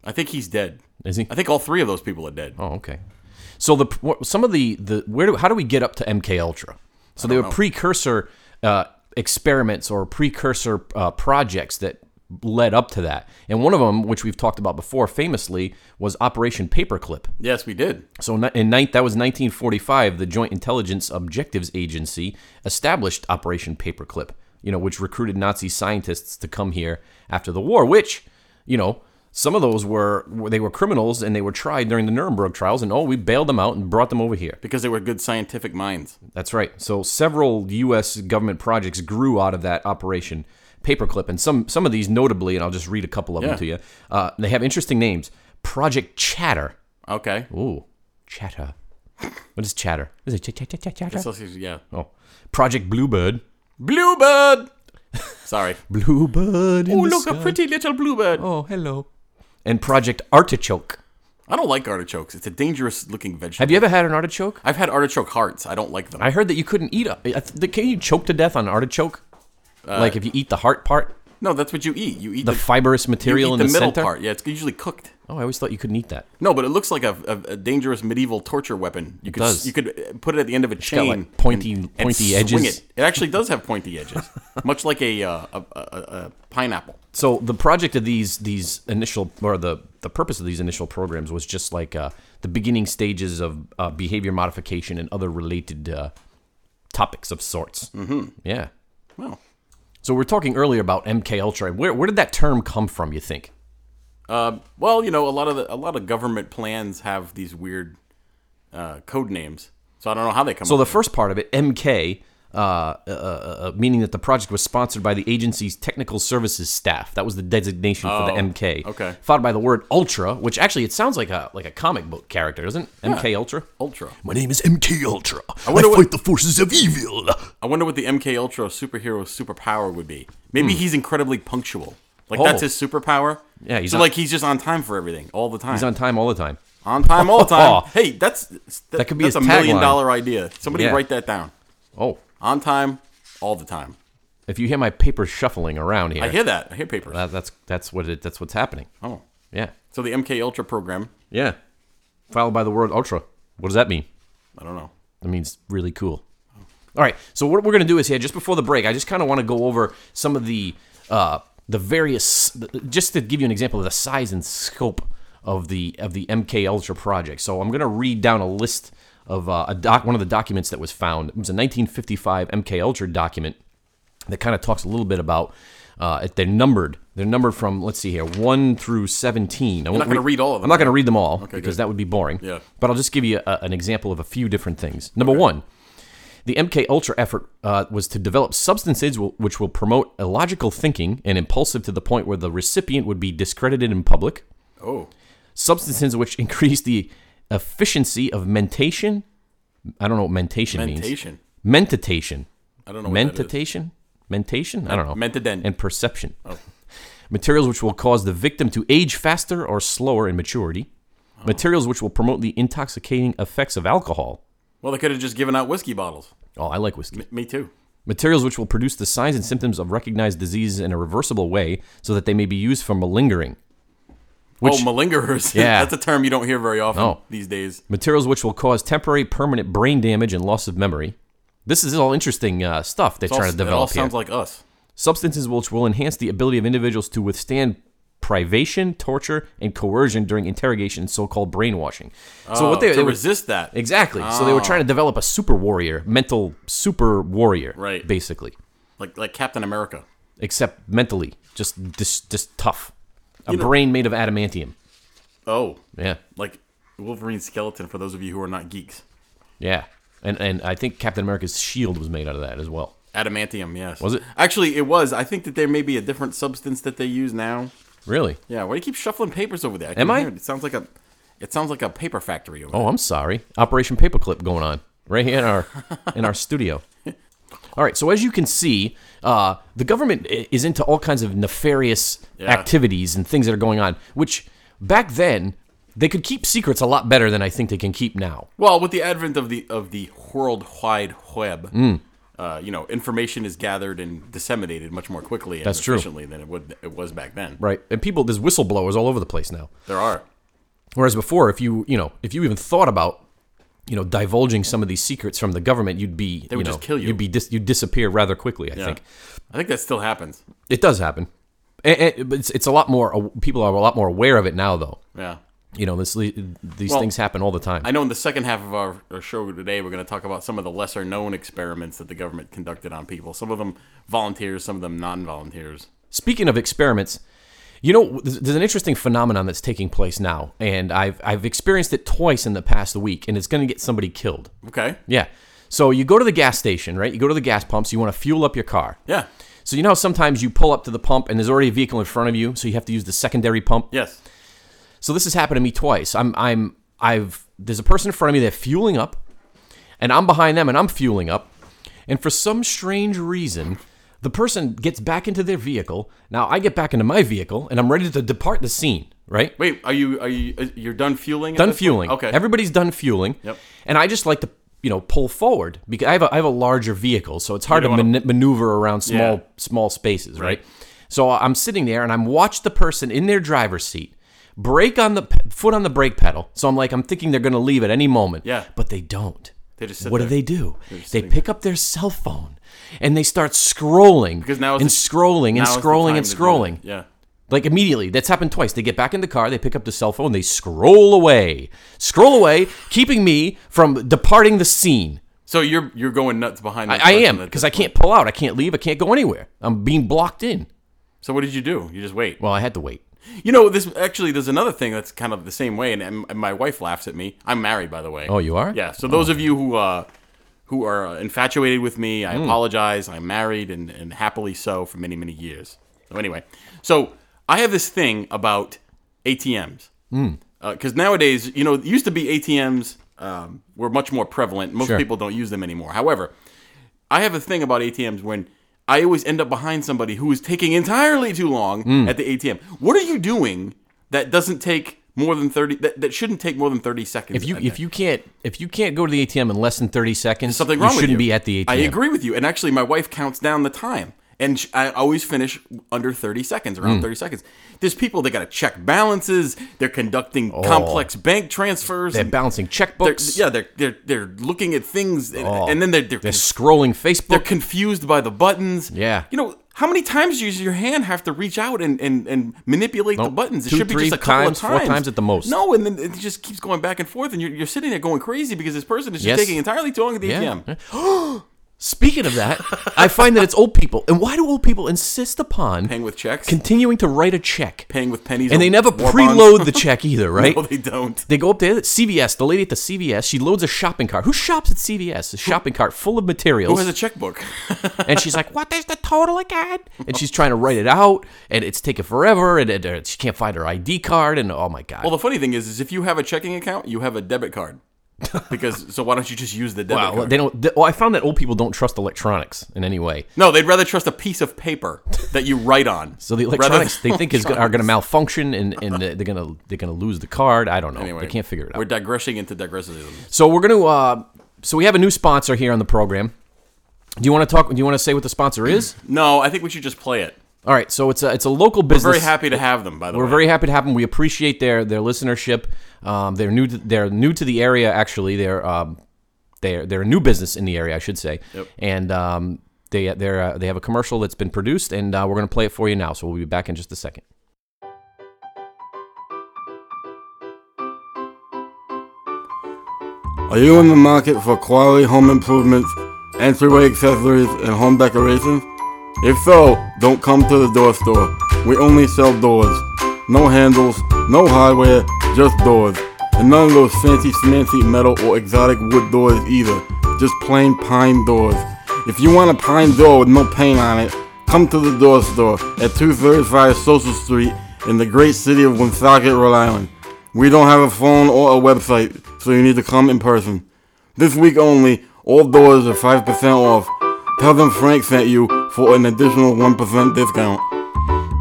Speaker 2: I think he's dead.
Speaker 1: Is he?
Speaker 2: I think all three of those people are dead.
Speaker 1: Oh, okay. So the what- some of the the where do how do we get up to MK Ultra? So they were precursor uh, experiments or precursor uh, projects that led up to that, and one of them, which we've talked about before, famously was Operation Paperclip.
Speaker 2: Yes, we did.
Speaker 1: So ni- in ni- that was 1945, the Joint Intelligence Objectives Agency established Operation Paperclip, you know, which recruited Nazi scientists to come here after the war, which, you know, Some of those were they were criminals and they were tried during the Nuremberg trials, and oh, we bailed them out and brought them over here.
Speaker 2: because they were good scientific minds.
Speaker 1: That's right. So several U.S. government projects grew out of that operation paperclip, and some some of these notably, and I'll just read a couple of
Speaker 2: Yeah.
Speaker 1: them to you. Uh, they have interesting names. Project Chatter.
Speaker 2: Okay.
Speaker 1: Ooh, Chatter. What is Chatter? Is it ch- ch- ch- ch- Chatter?
Speaker 2: So, yeah.
Speaker 1: Oh, Project Bluebird.
Speaker 2: Bluebird. Sorry.
Speaker 1: Bluebird. In
Speaker 2: Oh,
Speaker 1: the
Speaker 2: look,
Speaker 1: sky.
Speaker 2: a pretty little bluebird.
Speaker 1: Oh, hello. And Project Artichoke.
Speaker 2: I don't like artichokes. It's a dangerous looking vegetable.
Speaker 1: Have you ever had an artichoke?
Speaker 2: I've had artichoke hearts. I don't like them.
Speaker 1: I heard that you couldn't eat a. I th- Can you choke to death on an artichoke? like if you eat the heart part,
Speaker 2: no, that's what you eat. You eat
Speaker 1: the
Speaker 2: the,
Speaker 1: fibrous
Speaker 2: you
Speaker 1: material
Speaker 2: eat
Speaker 1: in
Speaker 2: the,
Speaker 1: the,
Speaker 2: middle
Speaker 1: center.
Speaker 2: part. Yeah, it's usually cooked.
Speaker 1: Oh, I always thought you couldn't eat that.
Speaker 2: No, but it looks like a, a, a dangerous medieval torture weapon. You could
Speaker 1: does.
Speaker 2: you could uh, put it at the end of a
Speaker 1: got,
Speaker 2: chain,
Speaker 1: like, pointy- pointy
Speaker 2: Swing
Speaker 1: edges.
Speaker 2: it. it actually does have pointy edges, much like a, uh, a, a, a pineapple.
Speaker 1: So the project of these these initial or the the purpose of these initial programs was just like uh, the beginning stages of uh, behavior modification and other related uh, topics of sorts. Mm-hmm. Yeah.
Speaker 2: Well,
Speaker 1: So we are talking earlier about MK Ultra. Where where did that term come from? You think?
Speaker 2: uh, well, you know, a lot of the, a lot of government plans have these weird uh, code names, so I don't know how they come.
Speaker 1: So
Speaker 2: up.
Speaker 1: the first part of it, MK, uh, uh, uh, uh, meaning that the project was sponsored by the agency's technical services staff. That was the designation for the MK.
Speaker 2: okay.
Speaker 1: Followed by the word Ultra, which actually it sounds like a like a comic book character, doesn't it? MK Ultra.
Speaker 2: Ultra.
Speaker 1: My name is MK Ultra. I,
Speaker 2: wonder what-
Speaker 1: the forces of evil.
Speaker 2: I wonder what the MK Ultra superhero superpower would be. Maybe he's incredibly punctual. Like
Speaker 1: Hmm. Oh.
Speaker 2: that's his superpower.
Speaker 1: Yeah, he's
Speaker 2: so
Speaker 1: on-
Speaker 2: like he's just on time for everything all the time.
Speaker 1: He's on time all the time.
Speaker 2: On time, all the time. hey, that's that
Speaker 1: could be
Speaker 2: that's
Speaker 1: his
Speaker 2: a million
Speaker 1: tagline.
Speaker 2: dollar idea. Somebody
Speaker 1: Yeah.
Speaker 2: write that down.
Speaker 1: Oh,
Speaker 2: On time, all the time.
Speaker 1: if you hear my paper shuffling around here,
Speaker 2: I hear that. I hear papers.
Speaker 1: that, that's that's what it, that's what's happening.
Speaker 2: oh,
Speaker 1: Yeah,
Speaker 2: so the MK Ultra program.
Speaker 1: yeah. Followed by the word Ultra. What does that mean?
Speaker 2: I don't know.
Speaker 1: That means really cool. All right. So what we're going to do is here just before the break, I just kind of want to go over some of the uh, the various just to give you an example of the size and scope of the of the MK Ultra project. So I'm going to read down a list of uh, a doc, one of the documents that was found. It was a 1955 MK Ultra document that kind of talks a little bit about uh, it- they're numbered. They're numbered from let's see here, one through seventeen. I'm
Speaker 2: not gonna read all of them,
Speaker 1: I'm not going to read them all because that would be boring.
Speaker 2: Yeah.
Speaker 1: But I'll just give you a, an example of a few different things. Number one, the MK Ultra effort uh, was to develop substances w- which will promote illogical thinking and impulsive to the point where the recipient would be discredited in public.
Speaker 2: Oh,
Speaker 1: Substances which increase the efficiency of mentation. I don't know what mentation, means.
Speaker 2: mentation.
Speaker 1: Mentitation.
Speaker 2: I don't know. What that is.
Speaker 1: Mentation? Mentation? I don't know.
Speaker 2: Mentadent.
Speaker 1: And perception. Materials which will cause the victim to age faster or slower in maturity. Materials which will promote the intoxicating effects of alcohol.
Speaker 2: Well, they could have just given out whiskey bottles.
Speaker 1: Oh, I like whiskey.
Speaker 2: Me too.
Speaker 1: Materials which will produce the signs and symptoms of recognized diseases in a reversible way so that they may be used for malingering.
Speaker 2: oh, malingerers.
Speaker 1: Yeah.
Speaker 2: that's a term you don't hear very often
Speaker 1: No.
Speaker 2: these days.
Speaker 1: Materials which will cause temporary, permanent brain damage and loss of memory. This is all interesting uh, stuff they're
Speaker 2: All-
Speaker 1: trying to
Speaker 2: it all
Speaker 1: develop here.
Speaker 2: sounds like us.
Speaker 1: Substances which will enhance the ability of individuals to withstand privation, torture, and coercion during interrogation and so-called brainwashing. So what they,
Speaker 2: Oh, to Oh.
Speaker 1: they were
Speaker 2: resist that.
Speaker 1: exactly. So they were trying to develop a super warrior, mental super warrior,
Speaker 2: Right.
Speaker 1: Basically,
Speaker 2: like like Captain America.
Speaker 1: except mentally, just just, just tough, a brain made of adamantium.
Speaker 2: Oh,
Speaker 1: Yeah,
Speaker 2: like Wolverine's skeleton. For those of you who are not geeks,
Speaker 1: yeah. And and I think Captain America's shield was made out of that as well.
Speaker 2: adamantium. Yes,
Speaker 1: Was it?
Speaker 2: Actually, it was. I think that there may be a different substance that they use now.
Speaker 1: Really?
Speaker 2: Yeah, why do you keep shuffling papers over there? I
Speaker 1: Am
Speaker 2: can
Speaker 1: I?
Speaker 2: hear It. It sounds like a, it sounds like a paper factory over
Speaker 1: Oh, I'm sorry. Operation Paperclip going on right here in our in our studio. All right. So as you can see, uh, the government i- is into all kinds of nefarious
Speaker 2: Yeah.
Speaker 1: activities and things that are going on, which back then they could keep secrets a lot better than I think they can keep now.
Speaker 2: Well, with the advent of the of the World Wide Web,
Speaker 1: Hmm.
Speaker 2: uh, you know, information is gathered and disseminated much more quickly and
Speaker 1: That's true.
Speaker 2: efficiently than it would it was back then.
Speaker 1: Right. And people, there's whistleblowers all over the place now.
Speaker 2: There are.
Speaker 1: Whereas before, if you you know if you even thought about you know divulging some of these secrets from the government, you'd be they
Speaker 2: would just kill you.
Speaker 1: You'd be dis- you'd disappear rather quickly. I
Speaker 2: Yeah.
Speaker 1: think.
Speaker 2: I think that still happens.
Speaker 1: It does happen. And, and- but it's, it's a lot more. People are a lot more aware of it now, though.
Speaker 2: Yeah.
Speaker 1: You know, this these things happen all the time.
Speaker 2: I know in the second half of our, our show today, we're going to talk about some of the lesser known experiments that the government conducted on people. Some of them volunteers, some of them non volunteers.
Speaker 1: Speaking of experiments, You know, there's there's an interesting phenomenon that's taking place now, and I've I've experienced it twice in the past week, and it's going to get somebody killed.
Speaker 2: Okay.
Speaker 1: Yeah. So you go to the gas station, right? You go to the gas pumps. You want to fuel up your car.
Speaker 2: Yeah.
Speaker 1: So you know how sometimes you pull up to the pump and there's already a vehicle in front of you, so you have to use the secondary pump.
Speaker 2: Yes.
Speaker 1: So this has happened to me twice. I'm I'm I've there's a person in front of me that's fueling up, and I'm behind them and I'm fueling up, and for some strange reason, the person gets back into their vehicle. Now I get back into my vehicle and I'm ready to depart the scene. Right?
Speaker 2: Wait, are you are you uh, you're done fueling? at
Speaker 1: done
Speaker 2: this point?
Speaker 1: fueling.
Speaker 2: Okay.
Speaker 1: Everybody's done fueling.
Speaker 2: Yep.
Speaker 1: And I just like to, you know, pull forward because I have a, I have a larger vehicle, so it's hard to
Speaker 2: don't wanna-
Speaker 1: man- maneuver around small
Speaker 2: Yeah.
Speaker 1: small spaces, right? So I'm sitting there and I'm watch the person in their driver's seat brake on the pe- foot on the brake pedal. So I'm like I'm thinking they're going to leave at any moment.
Speaker 2: Yeah.
Speaker 1: But they don't.
Speaker 2: They just sit
Speaker 1: what do
Speaker 2: there.
Speaker 1: they do? They pick up their cell phone and they start scrolling
Speaker 2: Because now is
Speaker 1: and
Speaker 2: the-
Speaker 1: scrolling and
Speaker 2: Now is the
Speaker 1: scrolling and
Speaker 2: time to do it.
Speaker 1: scrolling.
Speaker 2: Yeah.
Speaker 1: Like immediately, that's happened twice. They get back in the car, they pick up the cell phone, they scroll away, scroll away, keeping me from departing the scene.
Speaker 2: So you're you're going nuts behind.
Speaker 1: I, I am because I can't pull out, I can't leave, I can't go anywhere. I'm being blocked in.
Speaker 2: So what did you do? You just wait.
Speaker 1: Well, I had to wait.
Speaker 2: You know, this actually there's another thing that's kind of the same way, and, and my wife laughs at me. I'm married, by the way.
Speaker 1: Oh, you are?
Speaker 2: Yeah. So those of you who uh, who are uh, infatuated with me,
Speaker 1: Hmm.
Speaker 2: I apologize. I'm married and, and happily so for many many years. So anyway, so I have this thing about ATMs
Speaker 1: Hmm.
Speaker 2: because Uh, nowadays, you know, it used to be ATMs um, were much more prevalent. Most people don't use them anymore. However, I have a thing about ATMs when I always end up behind somebody who is taking entirely too long
Speaker 1: Hmm.
Speaker 2: at the ATM. What are you doing that doesn't take more than thirty? That, that shouldn't take more than thirty seconds.
Speaker 1: If you if you can't if you can't go to the ATM in less than thirty seconds,
Speaker 2: something wrong
Speaker 1: you
Speaker 2: with
Speaker 1: shouldn't be at the ATM.
Speaker 2: I agree with you. And actually, my wife counts down the time, and sh- I always finish under 30 seconds,
Speaker 1: Hmm.
Speaker 2: around 30 seconds. There's people that got to check balances. They're conducting
Speaker 1: Oh.
Speaker 2: complex bank transfers.
Speaker 1: They're
Speaker 2: and
Speaker 1: bouncing checkbooks.
Speaker 2: yeah, they're they're they're looking at things, and, and then they're they're,
Speaker 1: Oh. They're scrolling
Speaker 2: they're
Speaker 1: Facebook.
Speaker 2: confused by the buttons.
Speaker 1: Yeah.
Speaker 2: you know. How many times does your hand have to reach out and, and, and manipulate the buttons? It
Speaker 1: Two,
Speaker 2: should be
Speaker 1: three
Speaker 2: just a couple
Speaker 1: times,
Speaker 2: of
Speaker 1: four
Speaker 2: times.
Speaker 1: times at the most.
Speaker 2: No, and then it just keeps going back and forth, and you're, you're sitting there going crazy because this person is
Speaker 1: Yes.
Speaker 2: just taking entirely too long at the
Speaker 1: Yeah.
Speaker 2: ATM.
Speaker 1: Speaking of that, I find that it's old people. And why do old people insist upon
Speaker 2: Paying with checks.
Speaker 1: continuing to write a check?
Speaker 2: paying with pennies.
Speaker 1: and
Speaker 2: or
Speaker 1: they never
Speaker 2: war bonds.
Speaker 1: preload the check either, right?
Speaker 2: no, they don't.
Speaker 1: They go up there, CVS, the lady at the CVS, she loads a shopping cart. Who shops at CVS? A shopping cart full of
Speaker 2: Who
Speaker 1: materials.
Speaker 2: has a checkbook?
Speaker 1: and she's like, what is the total again? And she's trying to write it out, and it's taking forever, and, and, uh, she can't find her ID card, and oh my God.
Speaker 2: well, the funny thing is, is if you have a checking account, you have a debit card. Because so why don't you just use the debit
Speaker 1: Wow,
Speaker 2: card?
Speaker 1: they don't. They, well, I found that old people don't trust electronics in any way.
Speaker 2: no, they'd rather trust a piece of paper that you write on.
Speaker 1: So the
Speaker 2: rather than-
Speaker 1: electronics they think is go- are going to malfunction, and, and they're going to they're going to lose the card. I don't know.
Speaker 2: Anyway,
Speaker 1: they can't figure it out.
Speaker 2: We're digressing into digressivism.
Speaker 1: So we're gonna. Uh, so we have a new sponsor here on the program. Do you want to talk? Do you want to say what the sponsor is?
Speaker 2: No, I think we should just play it.
Speaker 1: All right. So it's a it's a local business.
Speaker 2: Very happy to have them, by the
Speaker 1: We're
Speaker 2: way.
Speaker 1: very happy to have them. We appreciate their their listenership. Um, they're new. To, they're new to the area. Actually, they're um, they're they're a new business in the area, I should say.
Speaker 2: Yep.
Speaker 1: And um, they they're uh, they have a commercial that's been produced, and uh, we're gonna play it for you now. So we'll be back in just a second.
Speaker 3: Are you in the market for quality home improvements, entryway accessories, and home decorations? If so, don't come to the door store. We only sell doors. No handles, no hardware, just doors. And none of those fancy fancy metal or exotic wood doors either. Just plain pine doors. If you want a pine door with no paint on it, come to the door store at 235 Social Street in the great city of Woonsocket, Rhode Island. We don't have a phone or a website, so you need to come in person. This week only, all doors are 5% off. Tell them Frank sent you for an additional 1% discount.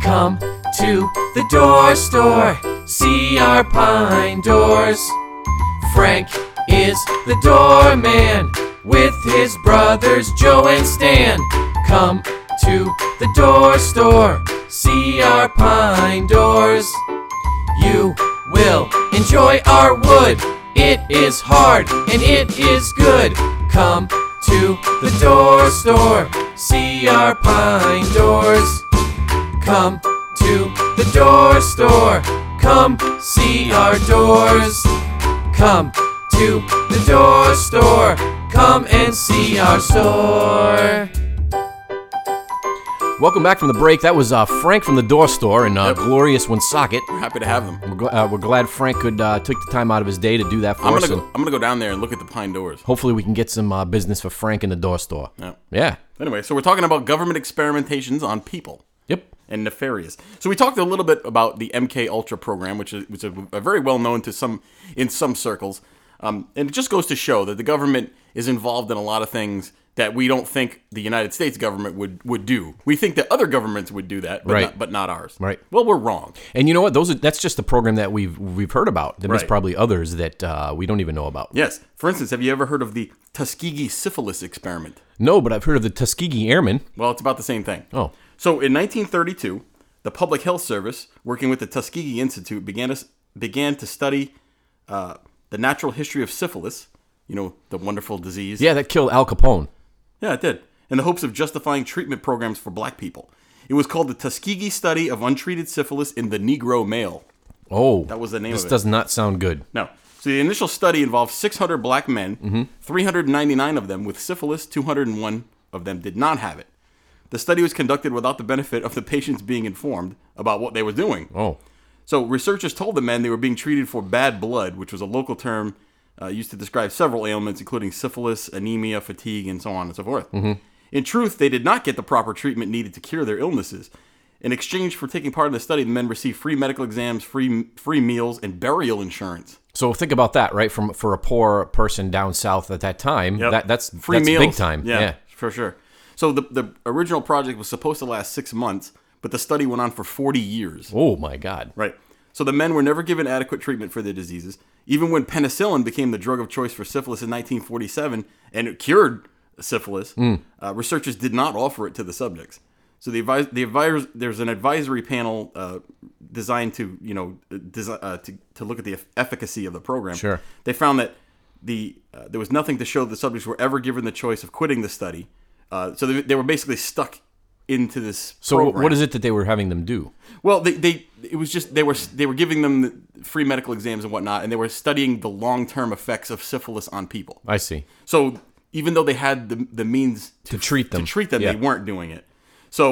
Speaker 1: Come to the door store, see our pine doors. Frank is the doorman with his brothers Joe and Stan. Come to the door store, see our pine doors. You will enjoy our wood. It is hard and it is good. Come to the door store, see our pine doors. Come to the door store. Come see our doors. Come to the door store. Come and see our store. Welcome back from the break. That was uh, Frank from the Door Store in uh,
Speaker 2: Yep.
Speaker 1: glorious Woonsocket.
Speaker 2: Happy to have them.
Speaker 1: We're, gl- uh, we're glad Frank could uh, take the time out of his day to do that for
Speaker 2: I'm
Speaker 1: us. and
Speaker 2: gonna go, I'm gonna go down there and look at the pine doors.
Speaker 1: hopefully, we can get some uh, business for Frank in the Door Store.
Speaker 2: Yeah.
Speaker 1: Yeah.
Speaker 2: Anyway, so we're talking about government experimentations on people
Speaker 1: Yep.
Speaker 2: and nefarious. So we talked a little bit about the MK Ultra program, which is, which is a very well known to some in some circles, um, and it just goes to show that the government is involved in a lot of things that we don't think the United States government would would do. We think that other governments would do that, but
Speaker 1: Right.
Speaker 2: not, but not ours.
Speaker 1: Right.
Speaker 2: Well, we're wrong.
Speaker 1: And you know what? Those are, that's just the program that we've we've heard about. There's
Speaker 2: Right.
Speaker 1: probably others that uh, we don't even know about.
Speaker 2: Yes. For instance, have you ever heard of the Tuskegee syphilis experiment?
Speaker 1: No, but I've heard of the Tuskegee Airmen.
Speaker 2: Well, it's about the same thing.
Speaker 1: Oh.
Speaker 2: So in 1932, the Public Health Service, working with the Tuskegee Institute, began to, began to study uh, the natural history of syphilis, you know, the wonderful disease.
Speaker 1: Yeah, that killed Al Capone.
Speaker 2: Yeah, it did. In the hopes of justifying treatment programs for black people. It was called the Tuskegee Study of Untreated Syphilis in the Negro Male.
Speaker 1: Oh,
Speaker 2: That was the name
Speaker 1: This
Speaker 2: of it.
Speaker 1: does not sound good.
Speaker 2: No. So the initial study involved 600 black men, 399 of them with syphilis, 201 of them did not have it. The study was conducted without the benefit of the patients being informed about what they were doing.
Speaker 1: Oh,
Speaker 2: So researchers told the men they were being treated for bad blood, which was a local term uh, used to describe several ailments, including syphilis, anemia, fatigue, and so on and so forth.
Speaker 1: Mm-hmm.
Speaker 2: In truth, they did not get the proper treatment needed to cure their illnesses. In exchange for taking part in the study, the men received free medical exams, free free meals, and burial insurance.
Speaker 1: so think about that, right? From for a poor person down south at that time,
Speaker 2: Yep.
Speaker 1: that that's
Speaker 2: free
Speaker 1: that's
Speaker 2: meals.
Speaker 1: big time. Yeah.
Speaker 2: for sure. So the the original project was supposed to last six months, but the study went on for forty years.
Speaker 1: Oh my God.
Speaker 2: Right. So the men were never given adequate treatment for their diseases. Even when penicillin became the drug of choice for syphilis in 1947 and it cured syphilis,
Speaker 1: Hmm.
Speaker 2: uh, researchers did not offer it to the subjects. So the advis- the advisors, there's an advisory panel uh, designed to you know desi- uh, to, to look at the eff- efficacy of the program.
Speaker 1: Sure.
Speaker 2: They found that the uh, there was nothing to show the subjects were ever given the choice of quitting the study. Uh, so they, they were basically stuck into this.
Speaker 1: So wh-
Speaker 2: program.
Speaker 1: what is it that they were having them do?
Speaker 2: Well, they, they it was just they were they were giving them the free medical exams and whatnot, and they were studying the long term effects of syphilis on people.
Speaker 1: I see.
Speaker 2: So even though they had the the means
Speaker 1: To treat them.
Speaker 2: to treat them,
Speaker 1: Yeah.
Speaker 2: they weren't doing it. So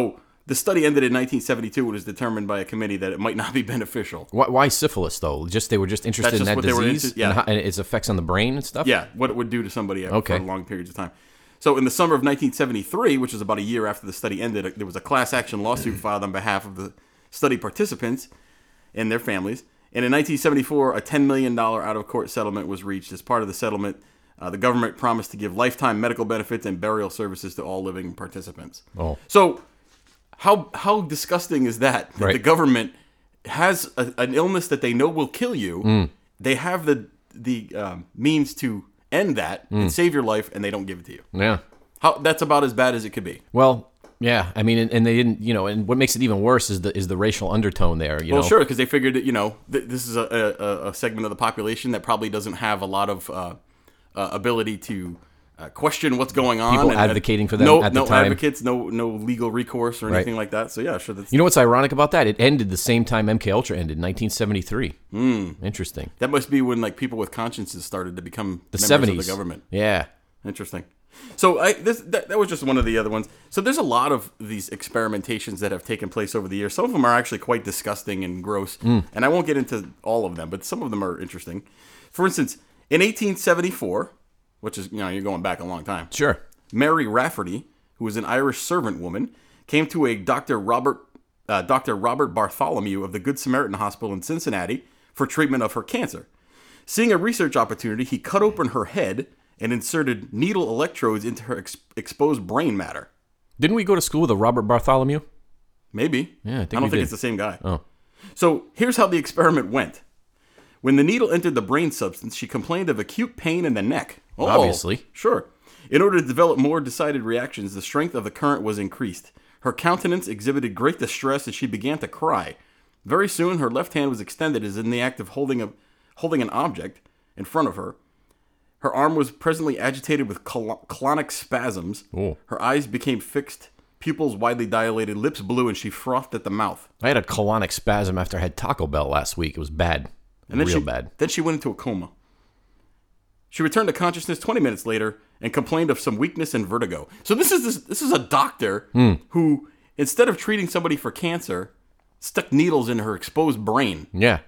Speaker 2: the study ended in 1972. It was determined by a committee that it might not be beneficial.
Speaker 1: Why, why syphilis though? Just they were just interested
Speaker 2: That's
Speaker 1: in that
Speaker 2: just what they were
Speaker 1: disease
Speaker 2: inter- yeah.
Speaker 1: and, how, and its effects on the brain and stuff.
Speaker 2: Yeah, what it would do to somebody
Speaker 1: Okay.
Speaker 2: for long periods of time. So in the summer of 1973, which was about a year after the study ended, uh, there was a class action lawsuit filed on behalf of the study participants and their families. And in 1974, a $10 million out of court settlement was reached. As part of the settlement, uh, the government promised to give lifetime medical benefits and burial services to all living participants.
Speaker 1: Oh.
Speaker 2: So, how how disgusting is that? That
Speaker 1: Right.
Speaker 2: the government has a, an illness that they know will kill you.
Speaker 1: Mm.
Speaker 2: They have the the um, means to end that
Speaker 1: Mm.
Speaker 2: and save your life, and they don't give it to you.
Speaker 1: Yeah.
Speaker 2: How that's about as bad as it could be.
Speaker 1: Well, yeah. I mean, and, and they didn't. You know, and what makes it even worse is the is the racial undertone there. You
Speaker 2: Well,
Speaker 1: know.
Speaker 2: sure, because they figured that you know th- this is a, a, a segment of the population that probably doesn't have a lot of uh, uh, ability to. Uh, question what's going on.
Speaker 1: People
Speaker 2: and that-
Speaker 1: advocating for them
Speaker 2: No,
Speaker 1: at the
Speaker 2: no
Speaker 1: time.
Speaker 2: advocates, no, no legal recourse or anything like that. So yeah, sure. That's,
Speaker 1: You know what's ironic about that? It ended the same time MK Ultra ended, 1973.
Speaker 2: Hmm.
Speaker 1: Interesting.
Speaker 2: That must be when like people with consciences started to become
Speaker 1: The
Speaker 2: members
Speaker 1: 70s.
Speaker 2: of the government.
Speaker 1: Yeah.
Speaker 2: Interesting. So I this that, that was just one of the other ones. So there's a lot of these experimentations that have taken place over the years. Some of them are actually quite disgusting and gross, and I won't get into all of them, but some of them are interesting. For instance, in 1874, which is you know you're going back a long time,
Speaker 1: Sure.
Speaker 2: Mary Rafferty, who was an Irish servant woman, came to a Dr. Robert uh, Dr. Robert Bartholomew of the Good Samaritan Hospital in Cincinnati for treatment of her cancer. Seeing a research opportunity, he cut open her head and inserted needle electrodes into her ex- exposed brain matter.
Speaker 1: Didn't we go to school with a Robert Bartholomew?
Speaker 2: Maybe.
Speaker 1: Yeah, I think
Speaker 2: don't
Speaker 1: we
Speaker 2: think
Speaker 1: did.
Speaker 2: it's the same guy.
Speaker 1: Oh.
Speaker 2: So here's how the experiment went. When the needle entered the brain substance, she complained of acute pain in the neck. Oh,
Speaker 1: Obviously.
Speaker 2: Sure. In order to develop more decided reactions, the strength of the current was increased. Her countenance exhibited great distress and she began to cry. Very soon, her left hand was extended as in the act of holding, a, holding an object in front of her. Her arm was presently agitated with col- colonic spasms.
Speaker 1: Oh.
Speaker 2: Her eyes became fixed, pupils widely dilated, lips blue, and she frothed at the mouth.
Speaker 1: I had a colonic spasm after I had Taco Bell last week. It was bad.
Speaker 2: And then
Speaker 1: Real
Speaker 2: she,
Speaker 1: bad.
Speaker 2: Then she went into a coma. She returned to consciousness 20
Speaker 1: Hmm.
Speaker 2: minutes later and complained of some weakness and vertigo. So this is this, this is a doctor who instead of treating somebody for cancer, stuck needles in her exposed brain.
Speaker 1: Yeah.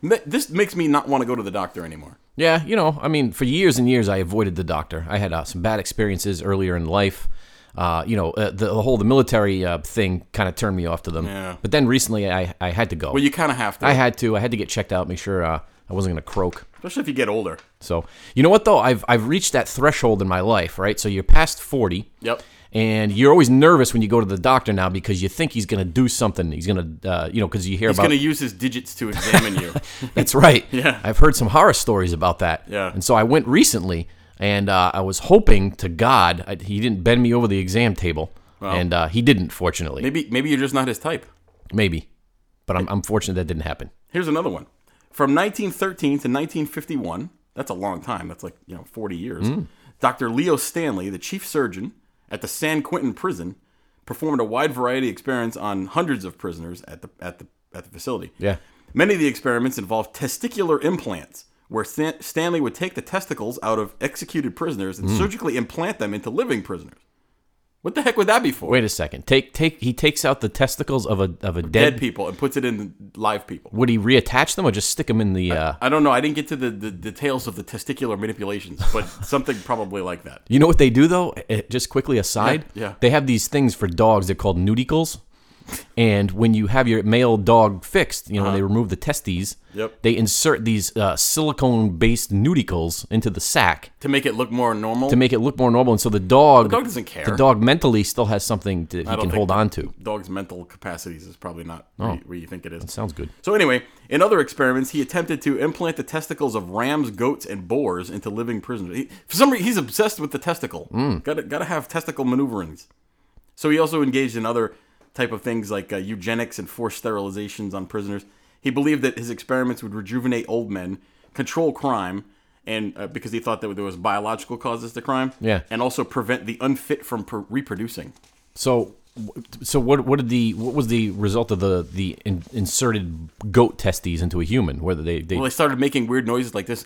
Speaker 2: Ma- This makes me not want to go to the doctor anymore.
Speaker 1: Yeah, you know, I mean, for years and years, I avoided the doctor. I had uh, some bad experiences earlier in life. Uh, you know, uh, the, the whole the military uh, thing kind of turned me off to them.
Speaker 2: Yeah.
Speaker 1: But then recently, I, I had to go.
Speaker 2: Well, you kind of have to,
Speaker 1: I had to. I had to get checked out, make sure uh, I wasn't going to croak.
Speaker 2: especially if you get older.
Speaker 1: So, you know what though? I've I've reached that threshold in my life, right? So you're past forty.
Speaker 2: Yep.
Speaker 1: And you're always nervous when you go to the doctor now because you think he's going to do something. He's going to, uh, you know, because you hear
Speaker 2: He's
Speaker 1: about
Speaker 2: going to use his digits to examine you.
Speaker 1: That's right.
Speaker 2: Yeah.
Speaker 1: I've heard some horror stories about that.
Speaker 2: Yeah.
Speaker 1: And so I went recently, and uh, I was hoping to God I, he didn't bend me over the exam table, and uh, he didn't, fortunately. Maybe.
Speaker 2: Maybe maybe you're just not his type.
Speaker 1: But I'm, I'm fortunate that didn't happen.
Speaker 2: Here's another one. From 1913 to 1951, that's a long time. That's like, you know, 40 years.
Speaker 1: Hmm.
Speaker 2: Dr. Leo Stanley, the chief surgeon at the San Quentin prison, performed a wide variety of experiments on hundreds of prisoners at the at the at the facility.
Speaker 1: Yeah.
Speaker 2: Many of the experiments involved testicular implants, where Stan- Stanley would take the testicles out of executed prisoners
Speaker 1: Hmm.
Speaker 2: and surgically implant them into living prisoners. What the heck would that be for?
Speaker 1: Wait a second. Take take. He takes out the testicles of a of a dead.
Speaker 2: Dead people and puts it in live people.
Speaker 1: Would he reattach them or just stick them in the? Uh,
Speaker 2: I don't know. I didn't get to the, the details of the testicular manipulations, but something probably like that.
Speaker 1: you know what they do though? Eh, eh, Just quickly aside.
Speaker 2: Yeah, yeah.
Speaker 1: They have these things for dogs. They're called nudicles. And when you have your male dog fixed, you know, when they remove the testes,
Speaker 2: Uh-huh. Yep.
Speaker 1: they insert these uh, silicone based nudicles into the sac
Speaker 2: To make it look more normal,
Speaker 1: to make it look more normal. And so the dog,
Speaker 2: The dog doesn't care.
Speaker 1: The dog mentally still has something that he
Speaker 2: don't
Speaker 1: can
Speaker 2: think
Speaker 1: hold
Speaker 2: that-
Speaker 1: on to.
Speaker 2: dog's mental capacities is probably not where, you, where you think it is.
Speaker 1: Sounds good.
Speaker 2: So anyway, in other experiments, he attempted to implant the testicles of rams, goats, and boars into living prisoners. He, for some reason, he's obsessed with the testicle. Got to got to have testicle maneuverings. So he also engaged in other type of things like uh, eugenics and forced sterilizations on prisoners. He believed that his experiments would rejuvenate old men, control crime, and uh, because he thought that there was biological causes to crime,
Speaker 1: Yeah.
Speaker 2: and also prevent the unfit from pr reproducing.
Speaker 1: So, w- so what? What did the? What was the result of the the in, inserted goat testes into a human? Whether they, they
Speaker 2: Well, they started making weird noises like this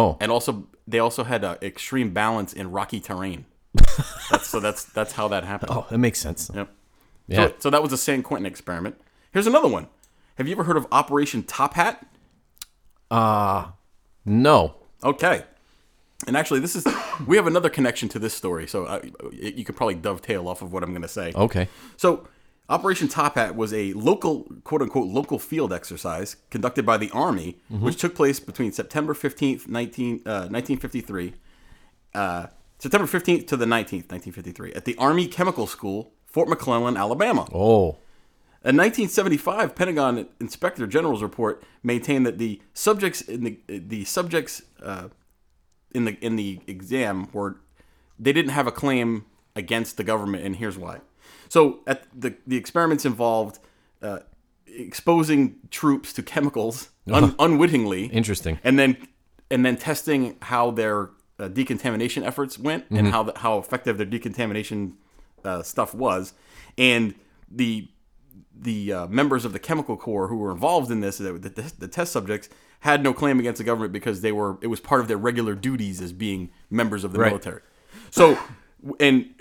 Speaker 1: oh
Speaker 2: and also they also had uh, extreme balance in rocky terrain. that's, so that's that's how that happened.
Speaker 1: oh that makes sense.
Speaker 2: Yep.
Speaker 1: Yeah.
Speaker 2: So, so that was a San Quentin experiment. Here's another one. Have you ever heard of Operation Top Hat?
Speaker 1: No.
Speaker 2: Okay. And actually, this is we have another connection to this story, so I, you could probably dovetail off of what I'm going to say.
Speaker 1: Okay.
Speaker 2: So, Operation Top Hat was a local, quote unquote, local field exercise conducted by the Army, which took place between September 15th, 19, uh, 1953, uh, September 15th to the 19th, 1953, at the Army Chemical School, Fort McClellan, Alabama.
Speaker 1: Oh.
Speaker 2: In 1975, Pentagon Inspector General's report maintained that the subjects in the the subjects uh, in the in the exam were they didn't have a claim against the government, and here's why. So at the the experiments involved uh, exposing troops to chemicals un- unwittingly,
Speaker 1: Interesting.
Speaker 2: and then and then testing how their uh, decontamination efforts went and how the, how effective their decontamination uh, stuff was, and the the uh, members of the chemical corps who were involved in this, the, the, the test subjects, had no claim against the government because they were it was part of their regular duties as being members of the military. So, and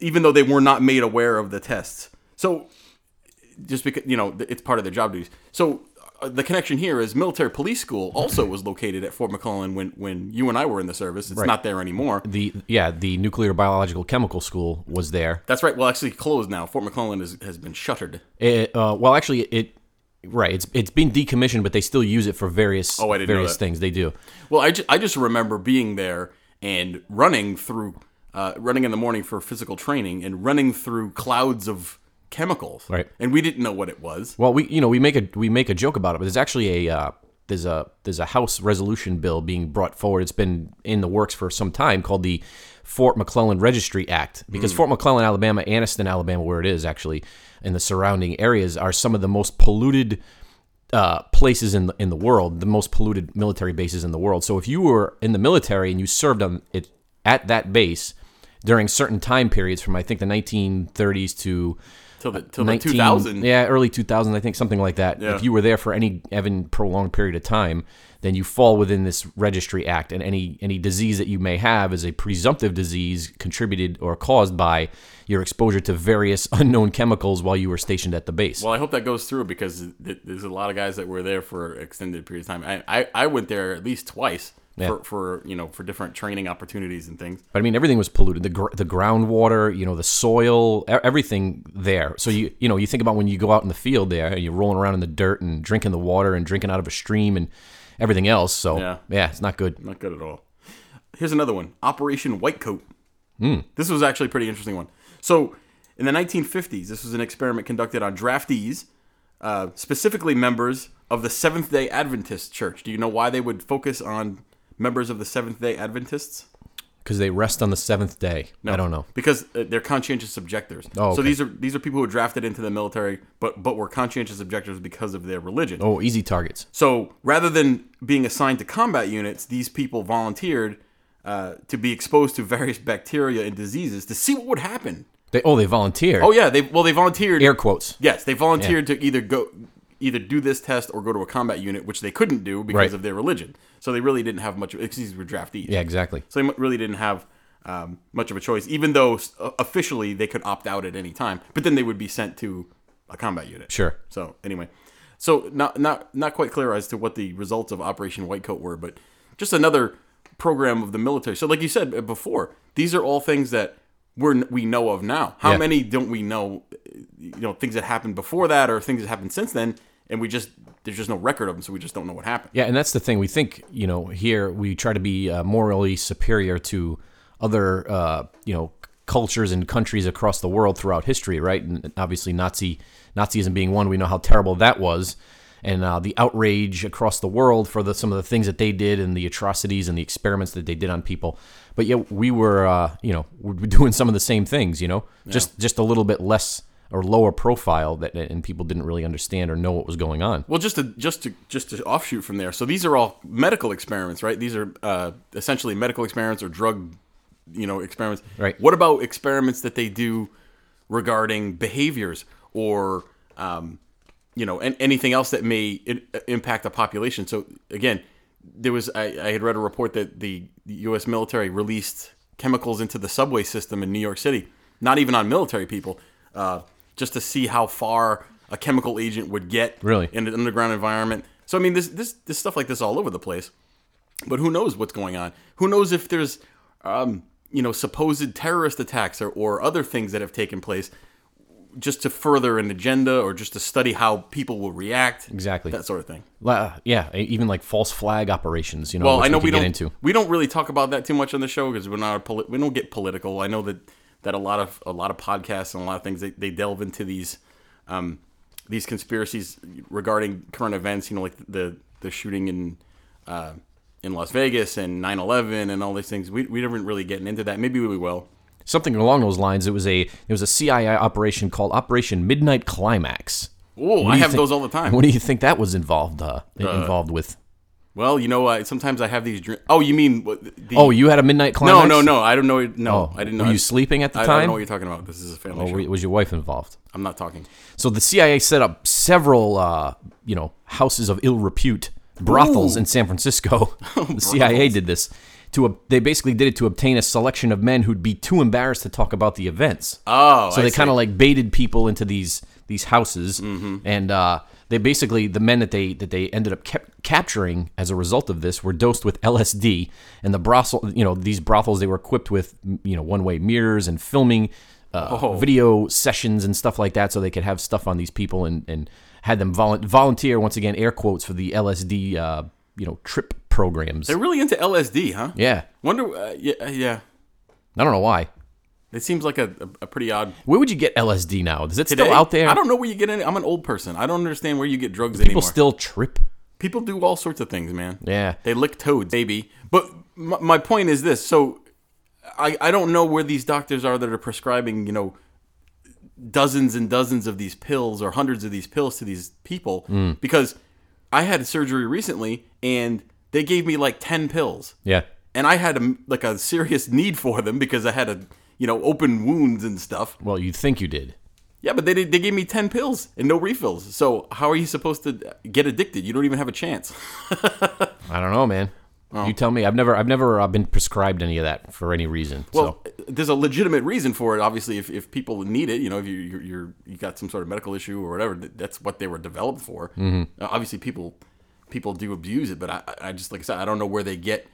Speaker 2: even though they were not made aware of the tests, so just because you know it's part of their job duties. So uh, the connection here is military police school also was located at Fort McClellan when when you and I were in the service. It's not there anymore.
Speaker 1: The yeah the nuclear biological chemical school was there.
Speaker 2: That's right. Well, actually closed now. Fort McClellan is, has been shuttered.
Speaker 1: It, uh, well, actually, it right. It's it's been decommissioned, but they still use it for various
Speaker 2: Oh, I didn't know
Speaker 1: various
Speaker 2: that.
Speaker 1: things. They do.
Speaker 2: Well, I, ju- I just remember being there and running through, uh, running in the morning for physical training and running through clouds of chemicals.
Speaker 1: Right.
Speaker 2: And we didn't know what it was.
Speaker 1: Well, we you know we make a we make a joke about it, but there's actually a uh, there's a there's a House resolution bill being brought forward. It's been in the works for some time called the Fort McClellan Registry Act because Fort McClellan, Alabama, Anniston, Alabama, where it is actually, and the surrounding areas are some of the most polluted uh, places in the, in the world, the most polluted military bases in the world. So if you were in the military and you served on it at that base during certain time periods from I think the 1930s to
Speaker 2: till the till the
Speaker 1: 19
Speaker 2: two thousand.
Speaker 1: yeah early 2000s i think something like that
Speaker 2: Yeah.
Speaker 1: if you were there for any even prolonged period of time then you fall within this registry act and any any disease that you may have is a presumptive disease contributed or caused by your exposure to various unknown chemicals while you were stationed at the base
Speaker 2: Well, I hope that goes through because th- there's a lot of guys that were there for extended periods of time. I, I, I went there at least twice for, for you know for different training opportunities and things.
Speaker 1: But I mean, everything was polluted. The gr- the groundwater, you know, the soil, e- everything there. So you you know you think about when you go out in the field there and you're rolling around in the dirt and drinking the water and drinking out of a stream and everything else. So
Speaker 2: Yeah.
Speaker 1: it's not good.
Speaker 2: Not good at all. Here's another one: Operation White Coat.
Speaker 1: Hmm.
Speaker 2: This was actually a pretty interesting one. So, in the 1950s, this was an experiment conducted on draftees, uh, specifically members of the Seventh Day Adventist Church. Do you know why they would focus on members of the Seventh Day Adventists?
Speaker 1: Because they rest on the seventh day. I don't know.
Speaker 2: because uh, they're conscientious objectors.
Speaker 1: Oh,
Speaker 2: so
Speaker 1: okay.
Speaker 2: these are these are people who were drafted into the military, but but were conscientious objectors because of their religion.
Speaker 1: Oh, easy targets.
Speaker 2: So rather than being assigned to combat units, these people volunteered uh, to be exposed to various bacteria and diseases to see what would happen.
Speaker 1: They oh they volunteer.
Speaker 2: Oh yeah, they well they volunteered.
Speaker 1: air quotes.
Speaker 2: Yes, they volunteered to either go either do this test or go to a combat unit, which they couldn't do because
Speaker 1: Right.
Speaker 2: of their religion. So they really didn't have much. of These were draftees.
Speaker 1: Yeah, exactly.
Speaker 2: So they mu- really didn't have um, much of a choice, even though s- uh, officially they could opt out at any time. But then they would be sent to a combat unit.
Speaker 1: Sure.
Speaker 2: So anyway, so not not not quite clear as to what the results of Operation White Coat were, but just another program of the military. So like you said uh, before, these are all things that we're we know of now. How
Speaker 1: Yeah.
Speaker 2: many don't we know? uh, You know, things that happened before that or things that happened since then, and we just there's just no record of them, so we just don't know what happened.
Speaker 1: Yeah, and that's the thing. We think, you know, here we try to be uh, morally superior to other, uh, you know, c- cultures and countries across the world throughout history, right? And obviously, Nazi Nazism being one, we know how terrible that was, and uh, the outrage across the world for the, some of the things that they did and the atrocities and the experiments that they did on people. But yet, we were, uh, you know, we were doing some of the same things, you know, just just a little bit less or lower profile that and people didn't really understand or know what was going on.
Speaker 2: Well, just to just to just to offshoot from there. So these are all medical experiments, right? These are uh, essentially medical experiments or drug, you know, experiments.
Speaker 1: Right.
Speaker 2: What about experiments that they do regarding behaviors or, um, you know, and anything else that may i impact a population? So again, there was I, I had read a report that the U.S. military released chemicals into the subway system in New York City, not even on military people, uh, just to see how far a chemical agent would get
Speaker 1: Really?
Speaker 2: in an underground environment. So I mean, this this this stuff like this all over the place. But who knows what's going on? Who knows if there's um, you know supposed terrorist attacks or, or other things that have taken place just to further an agenda or just to study how people will react
Speaker 1: Exactly.
Speaker 2: that sort of thing.
Speaker 1: La- yeah, e- even like false flag operations. You know,
Speaker 2: Well,
Speaker 1: which
Speaker 2: I know
Speaker 1: we,
Speaker 2: we,
Speaker 1: could
Speaker 2: don't
Speaker 1: get into.
Speaker 2: we don't really talk about that too much on the show because we're not a poli- we don't get political. I know that that a lot of a lot of podcasts and a lot of things they, they delve into these um, these conspiracies regarding current events. You know, like the the shooting in uh, in Las Vegas and 9-11 and all these things. We we haven't really getting into that. Maybe we will.
Speaker 1: Something along those lines. It was a it was a CIA operation called Operation Midnight Climax.
Speaker 2: Oh, I
Speaker 1: do you
Speaker 2: have
Speaker 1: think-
Speaker 2: those all the time.
Speaker 1: What do you think that was involved uh, involved with?
Speaker 2: Well, you know, I, sometimes I have these dreams. Oh, you mean what- the,
Speaker 1: Oh, you had a midnight
Speaker 2: no,
Speaker 1: climax.
Speaker 2: no, no. I don't know. No,
Speaker 1: Oh,
Speaker 2: I didn't know.
Speaker 1: Were you sleeping at the
Speaker 2: I, I
Speaker 1: time?
Speaker 2: don't know what you're talking about. This is a family
Speaker 1: Or
Speaker 2: show.
Speaker 1: were- was your wife involved?
Speaker 2: I'm not talking.
Speaker 1: So the CIA set up several, uh, you know, houses of ill repute, brothels
Speaker 2: Ooh.
Speaker 1: in San Francisco. the CIA did this to ob- they basically did it to obtain a selection of men who'd be too embarrassed to talk about the events.
Speaker 2: Oh,
Speaker 1: so
Speaker 2: I
Speaker 1: they kind of like baited people into these these houses,
Speaker 2: Mm-hmm.
Speaker 1: and uh, they basically the men that they that they ended up kept capturing as a result of this were dosed with LSD, and the brothel, you know, these brothels they were equipped with, m- you know, one way mirrors and filming. Uh,
Speaker 2: Oh.
Speaker 1: video sessions and stuff like that so they could have stuff on these people and, and had them volu- volunteer once again air quotes for the LSD uh, you know trip programs.
Speaker 2: They're really into LSD, huh?
Speaker 1: yeah.
Speaker 2: Wonder, uh, yeah, uh, yeah.
Speaker 1: I don't know why.
Speaker 2: It seems like a, a, a pretty odd.
Speaker 1: Where would you get LSD now? Is it still
Speaker 2: Today,
Speaker 1: out there?
Speaker 2: I don't know where you get any. I'm an old person. I don't understand where you get drugs
Speaker 1: people
Speaker 2: anymore.
Speaker 1: still trip.
Speaker 2: People do all sorts of things, man.
Speaker 1: Yeah.
Speaker 2: They lick toads, baby. But my, my point is this: so I, I don't know where these doctors are that are prescribing, you know, dozens and dozens of these pills or hundreds of these pills to these people
Speaker 1: Mm.
Speaker 2: because I had surgery recently and they gave me like ten pills.
Speaker 1: Yeah.
Speaker 2: and I had a, like a serious need for them because I had a you know open wounds and stuff.
Speaker 1: Well, you think you did.
Speaker 2: Yeah, but they did- they gave me ten pills and no refills. So how are you supposed to get addicted? You don't even have a chance.
Speaker 1: I don't know, man.
Speaker 2: Oh.
Speaker 1: You tell me. I've never, I've never uh, been prescribed any of that for any reason.
Speaker 2: Well, there's a legitimate reason for it. Obviously, if, if people need it, you know, if you you're, you're you got some sort of medical issue or whatever, th- that's what they were developed for.
Speaker 1: Mm-hmm.
Speaker 2: Uh, obviously, people people do abuse it, but I, I just like I said, I don't know where they get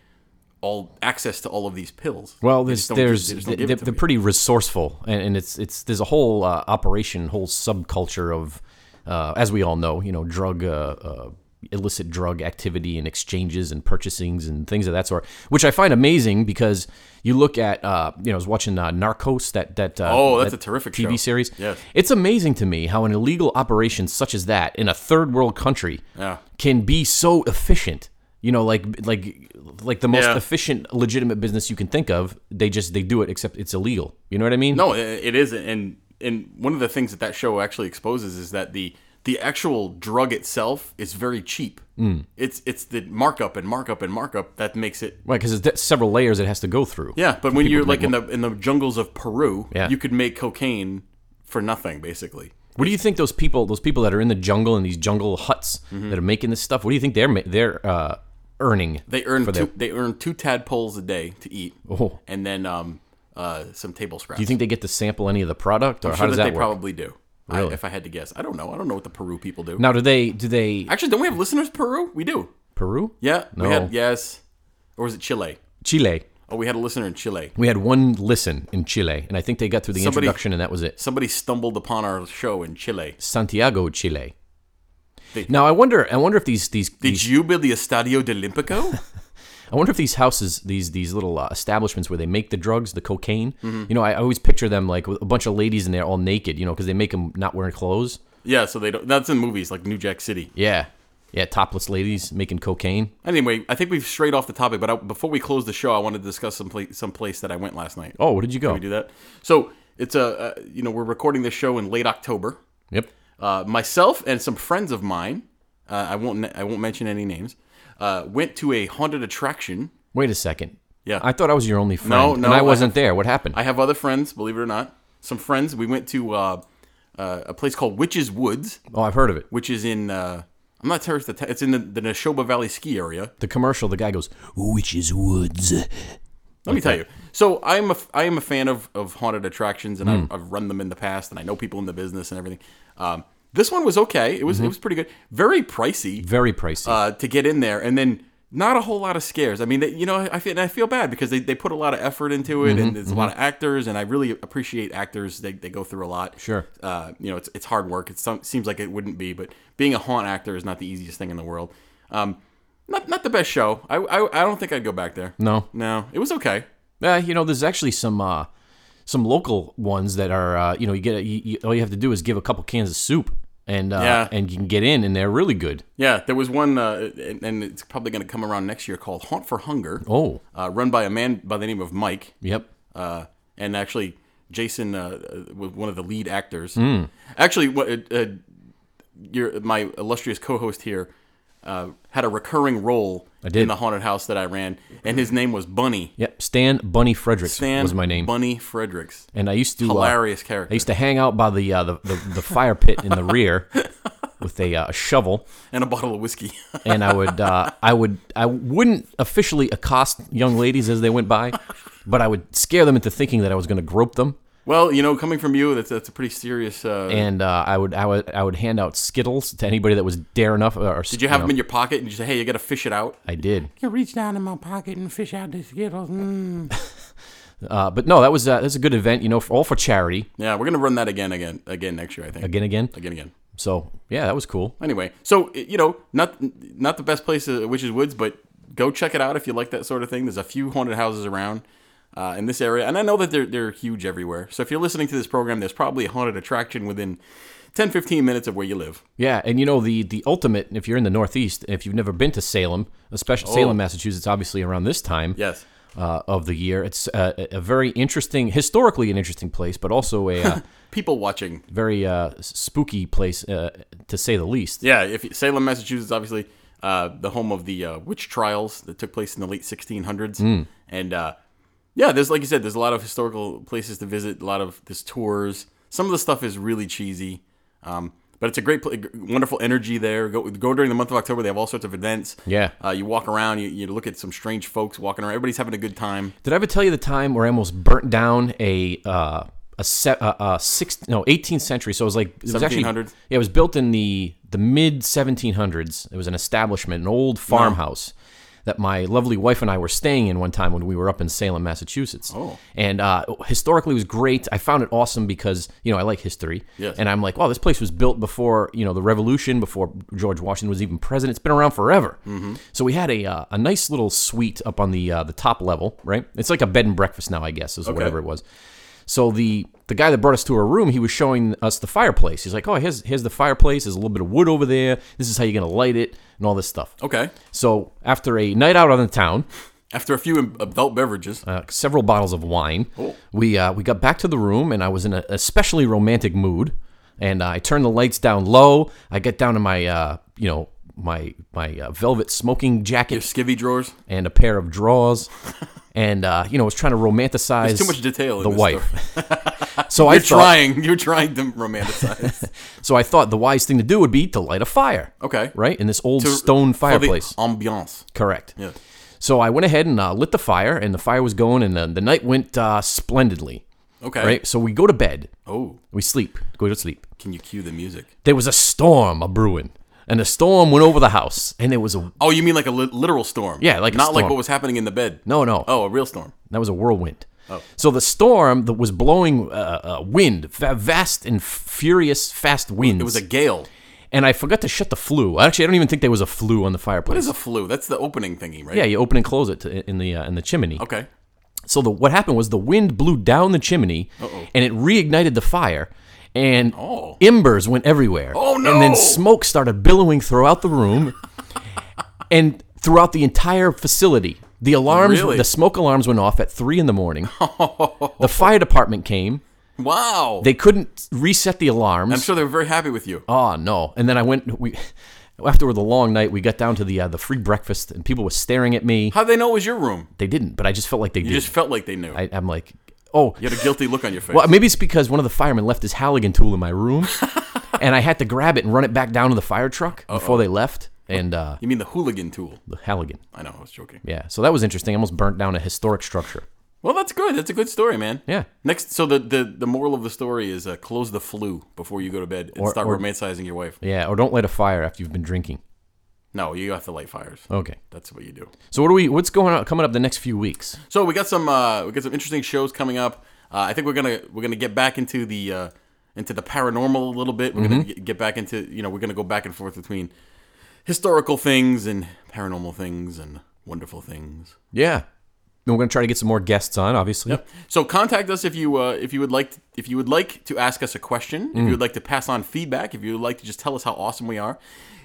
Speaker 2: all access to all of these pills.
Speaker 1: so. well,
Speaker 2: They
Speaker 1: there's,
Speaker 2: just don't-
Speaker 1: there's,
Speaker 2: they just
Speaker 1: they
Speaker 2: don't give
Speaker 1: are
Speaker 2: it to me.
Speaker 1: pretty resourceful, and, and it's, it's, there's a whole uh, operation, whole subculture of, uh, as we all know, you know, drug. Uh, uh, illicit drug activity and exchanges and purchasings and things of that sort which i find amazing because you look at uh you know i was watching uh, narcos that that uh,
Speaker 2: Oh, that's
Speaker 1: that
Speaker 2: a terrific
Speaker 1: tv
Speaker 2: show.
Speaker 1: series
Speaker 2: Yes.
Speaker 1: it's amazing to me how an illegal operation such as that in a third world country
Speaker 2: Yeah.
Speaker 1: can be so efficient. You know, like like like the most
Speaker 2: Yeah.
Speaker 1: efficient legitimate business you can think of. They just they do it except it's illegal. You know what I mean?
Speaker 2: No, i- it is, and and one of the things that that show actually exposes is that the the actual drug itself is very cheap. Mm. It's it's the markup and markup and markup that makes it
Speaker 1: Right, because it's several layers it has to go through.
Speaker 2: Yeah, but when you're like in the in the jungles of Peru,
Speaker 1: Yeah.
Speaker 2: you could make cocaine for nothing, basically.
Speaker 1: What do you think those people those people that are in the jungle in these jungle huts
Speaker 2: Mm-hmm.
Speaker 1: that are making this stuff? What do you think they're ma- they're uh, earning?
Speaker 2: They earn two, they earn two tadpoles a day to eat,
Speaker 1: Oh.
Speaker 2: and then um, uh, some table scraps.
Speaker 1: do you think they get to sample any of the product, or
Speaker 2: I'm
Speaker 1: how
Speaker 2: sure
Speaker 1: does
Speaker 2: that,
Speaker 1: that,
Speaker 2: they
Speaker 1: work?
Speaker 2: probably do? I-
Speaker 1: Really?
Speaker 2: if I had to guess, I don't know. I don't know what the Peru people do.
Speaker 1: now, do they do they
Speaker 2: Actually, don't we have listeners in Peru? We do.
Speaker 1: Peru?
Speaker 2: Yeah,
Speaker 1: No.
Speaker 2: we had yes, or was it Chile?
Speaker 1: Chile.
Speaker 2: Oh, we had a listener in Chile.
Speaker 1: We had one listen in Chile, and I think they got through the
Speaker 2: Somebody-
Speaker 1: introduction, and that was it.
Speaker 2: Somebody stumbled upon our show in Chile.
Speaker 1: Santiago, Chile.
Speaker 2: They-
Speaker 1: now I wonder. I wonder if these these,
Speaker 2: Did
Speaker 1: these
Speaker 2: you build the Estadio de Olimpico?
Speaker 1: I wonder if these houses these these little uh, establishments where they make the drugs, the cocaine.
Speaker 2: Mm-hmm.
Speaker 1: You know, I, I always picture them like with a bunch of ladies in there all naked. You know, because they make them not wearing clothes.
Speaker 2: yeah, so they don't. That's in movies like New Jack City.
Speaker 1: Yeah, yeah, topless ladies making cocaine.
Speaker 2: Anyway, I think we've strayed off the topic, but I, before we close the show, I want to discuss some place, some place that I went last night.
Speaker 1: Oh, where did you go?
Speaker 2: Can we do that? So it's a uh, you know we're recording this show in late October.
Speaker 1: Yep.
Speaker 2: Uh, myself and some friends of mine, uh, I won't I won't mention any names, uh, went to a haunted attraction.
Speaker 1: Wait a second.
Speaker 2: Yeah.
Speaker 1: I thought I was your only friend.
Speaker 2: No, no,
Speaker 1: and I
Speaker 2: I
Speaker 1: wasn't there. What happened?
Speaker 2: I have other friends, believe it or not, some friends. We went to uh, uh, a place called Witches Woods,
Speaker 1: oh, I've heard of it.
Speaker 2: which is in uh, I'm not sure if the t- it's in the, the Neshoba Valley ski area.
Speaker 1: The commercial. The guy goes, "Witches Woods."
Speaker 2: Let me tell you. So I'm a I am a fan of, of haunted attractions, and I've, I've run them in the past, and I know people in the business and everything. Um, this one was okay. It was it was pretty good. Very pricey
Speaker 1: Very pricey.
Speaker 2: uh, to get in there, and then not a whole lot of scares. I mean, they, you know, I feel and I feel bad because they, they put a lot of effort into it,
Speaker 1: Mm-hmm,
Speaker 2: and there's a lot of actors, and I really appreciate actors. They, they go through a lot.
Speaker 1: Sure.
Speaker 2: Uh, you know, it's it's hard work. It some, seems like it wouldn't be, but being a haunt actor is not the easiest thing in the world. Um, not not the best show. I, I I don't think I'd go back there.
Speaker 1: no.
Speaker 2: No, it was okay.
Speaker 1: Yeah, Uh, you know, there's actually some uh, some local ones that are uh, you know you get a, you, you, all you have to do is give a couple cans of soup and uh,
Speaker 2: Yeah.
Speaker 1: and you can get in and they're really good.
Speaker 2: Yeah, there was one, uh, and, and it's probably going to come around next year called Haunt for Hunger,
Speaker 1: Oh,
Speaker 2: uh, run by a man by the name of Mike,
Speaker 1: yep.
Speaker 2: uh, and actually Jason uh, uh, was one of the lead actors.
Speaker 1: Hmm.
Speaker 2: Actually, what uh, uh, your my illustrious co-host here uh, had a recurring role
Speaker 1: did.
Speaker 2: in the haunted house that I ran, and his name was Bunny.
Speaker 1: Yep, Stan Bunny Fredericks
Speaker 2: Stan
Speaker 1: was my name,
Speaker 2: Bunny Fredericks.
Speaker 1: and I used to uh,
Speaker 2: Hilarious
Speaker 1: I
Speaker 2: character.
Speaker 1: used to hang out by the uh, the, the the fire pit in the rear with a uh, shovel,
Speaker 2: and a bottle of whiskey.
Speaker 1: and I would uh, I would I wouldn't officially accost young ladies as they went by, but I would scare them into thinking that I was going to grope them.
Speaker 2: well, you know, coming from you, that's that's a pretty serious. Uh,
Speaker 1: and uh, I would I would I would hand out Skittles to anybody that was dare enough. Or,
Speaker 2: did you have him in your pocket and you say, "Hey, you got to fish it out"?
Speaker 1: I did,
Speaker 2: You reach down in my pocket and fish out the Skittles. Mm.
Speaker 1: uh, but no, that was uh, that's a good event, you know, for, all for charity.
Speaker 2: Yeah, we're gonna run that again, again, again next year. I think again,
Speaker 1: Again, again.
Speaker 2: again.
Speaker 1: So yeah, that was cool.
Speaker 2: Anyway, so i- you know, not not the best place, uh, which is woods, but go check it out if you like that sort of thing. There's a few haunted houses around uh, in this area, and I know that they're they're huge everywhere. So if you're listening to this program, there's probably a haunted attraction within 10, 15 minutes of where you live.
Speaker 1: Yeah, and you know the the ultimate if you're in the Northeast, if you've never been to Salem, especially
Speaker 2: Oh.
Speaker 1: Salem, Massachusetts, obviously around this time.
Speaker 2: Yes.
Speaker 1: Uh, of the year, it's uh, a a very interesting, historically an interesting place, but also a uh,
Speaker 2: People watching.
Speaker 1: very uh, s- spooky place uh, to say the least.
Speaker 2: Yeah, if you- Salem, Massachusetts, obviously uh, the home of the uh, witch trials that took place in the late 1600s,
Speaker 1: Hmm.
Speaker 2: and uh, yeah, there's like you said, there's a lot of historical places to visit, a lot of there's tours. Some of the stuff is really cheesy, um, but it's a great, pl- wonderful energy there. Go, go during the month of October. They have all sorts of events.
Speaker 1: Yeah.
Speaker 2: Uh, you walk around, you, you look at some strange folks walking around. Everybody's having a good time.
Speaker 1: Did I ever tell you the time where I almost burnt down a uh, a set uh, uh six no 18th century? So it was like it was actually
Speaker 2: 1700s?
Speaker 1: yeah, it was built in the the mid 1700s. It was an establishment, an old farmhouse that my lovely wife and I were staying in one time when we were up in Salem, Massachusetts.
Speaker 2: Oh.
Speaker 1: and uh, historically it was great. I found it awesome because you know I like history.
Speaker 2: Yes.
Speaker 1: and I'm like, wow, this place was built before you know the Revolution, before George Washington was even president. It's been around forever.
Speaker 2: Mm-hmm.
Speaker 1: So we had a uh, a nice little suite up on the uh, the top level, right? It's like a bed and breakfast now, I guess, is whatever it was. So the the guy that brought us to our room, he was showing us the fireplace. He's like, oh, here's here's the fireplace. There's a little bit of wood over there. This is how you're gonna light it and all this stuff.
Speaker 2: Okay.
Speaker 1: So after a night out on the town,
Speaker 2: After a few adult beverages,
Speaker 1: uh, several bottles of wine.
Speaker 2: Oh.
Speaker 1: We uh, we got back to the room, and I was in an especially romantic mood. And I turned the lights down low. I get down to my uh, you know my my uh, velvet smoking jacket
Speaker 2: skivvy drawers.
Speaker 1: and a pair of drawers, and uh, you know was trying to romanticize
Speaker 2: There's too much detail in
Speaker 1: the
Speaker 2: this
Speaker 1: wife. so I
Speaker 2: You're
Speaker 1: thought,
Speaker 2: trying. You're trying to romanticize.
Speaker 1: so I thought the wise thing to do would be to light a fire.
Speaker 2: Okay.
Speaker 1: Right in this old
Speaker 2: To-
Speaker 1: stone
Speaker 2: for the
Speaker 1: fireplace.
Speaker 2: Ambiance.
Speaker 1: Correct.
Speaker 2: Yeah.
Speaker 1: So I went ahead and uh, lit the fire, and the fire was going, and the, the night went uh, splendidly.
Speaker 2: Okay.
Speaker 1: Right. So we go to bed.
Speaker 2: Oh,
Speaker 1: We sleep. Go to sleep.
Speaker 2: can you cue the music?
Speaker 1: There was a storm a brewing, and the storm went over the house, and there was a
Speaker 2: Oh, you mean like a li- literal storm?
Speaker 1: Yeah, like a
Speaker 2: not like
Speaker 1: storm.
Speaker 2: what was happening in the bed.
Speaker 1: no, no,
Speaker 2: Oh, a real storm.
Speaker 1: that was a whirlwind. So the storm that was blowing uh, uh, wind, va- vast and furious, fast winds.
Speaker 2: It was a gale.
Speaker 1: and I forgot to shut the flue. Actually, I don't even think there was a flue on the fireplace.
Speaker 2: What is a flu? That's the opening thingy, right?
Speaker 1: yeah, you open and close it to, in the uh, in the chimney.
Speaker 2: Okay.
Speaker 1: So the what happened was the wind blew down the chimney, and it reignited the fire, and
Speaker 2: Oh.
Speaker 1: embers went everywhere.
Speaker 2: Oh, no!
Speaker 1: And then smoke started billowing throughout the room, and throughout the entire facility. The alarms,
Speaker 2: Really?
Speaker 1: the smoke alarms went off at three in the morning. the fire department came.
Speaker 2: Wow.
Speaker 1: They couldn't reset the alarms.
Speaker 2: I'm sure they were very happy with you.
Speaker 1: Oh no! And then I went. We after the long night, we got down to the uh, the free breakfast, and people were staring at me.
Speaker 2: How'd they know it was your room?
Speaker 1: They didn't, but I just felt like they did.
Speaker 2: You just felt like they knew.
Speaker 1: I, I'm like, oh,
Speaker 2: you had a guilty look on your face.
Speaker 1: Well, maybe it's because one of the firemen left his Halligan tool in my room, and I had to grab it and run it back down to the fire truck before they left. And uh,
Speaker 2: You mean the hooligan tool?
Speaker 1: the Halligan,
Speaker 2: I know, I was joking.
Speaker 1: yeah. So that was interesting. I almost burnt down a historic structure.
Speaker 2: Well, that's good. That's a good story, man.
Speaker 1: Yeah.
Speaker 2: Next, so the the, the moral of the story is uh, close the flu before you go to bed and start romanticizing your wife.
Speaker 1: Yeah, or don't light a fire after you've been drinking.
Speaker 2: No, you have to light fires.
Speaker 1: Okay.
Speaker 2: That's what you do.
Speaker 1: So what are we? What's going on coming up the next few weeks?
Speaker 2: So we got some uh, we got some interesting shows coming up. Uh, I think we're gonna we're gonna get back into the uh, into the paranormal a little bit. We're gonna get- get back into you know we're gonna go back and forth between historical things and paranormal things and wonderful things.
Speaker 1: Yeah, we're gonna try to get some more guests on, obviously.
Speaker 2: So contact us if you uh, if you would like if you would like to ask us a question, if you would like to pass on feedback, if you would like to just tell us how awesome we are,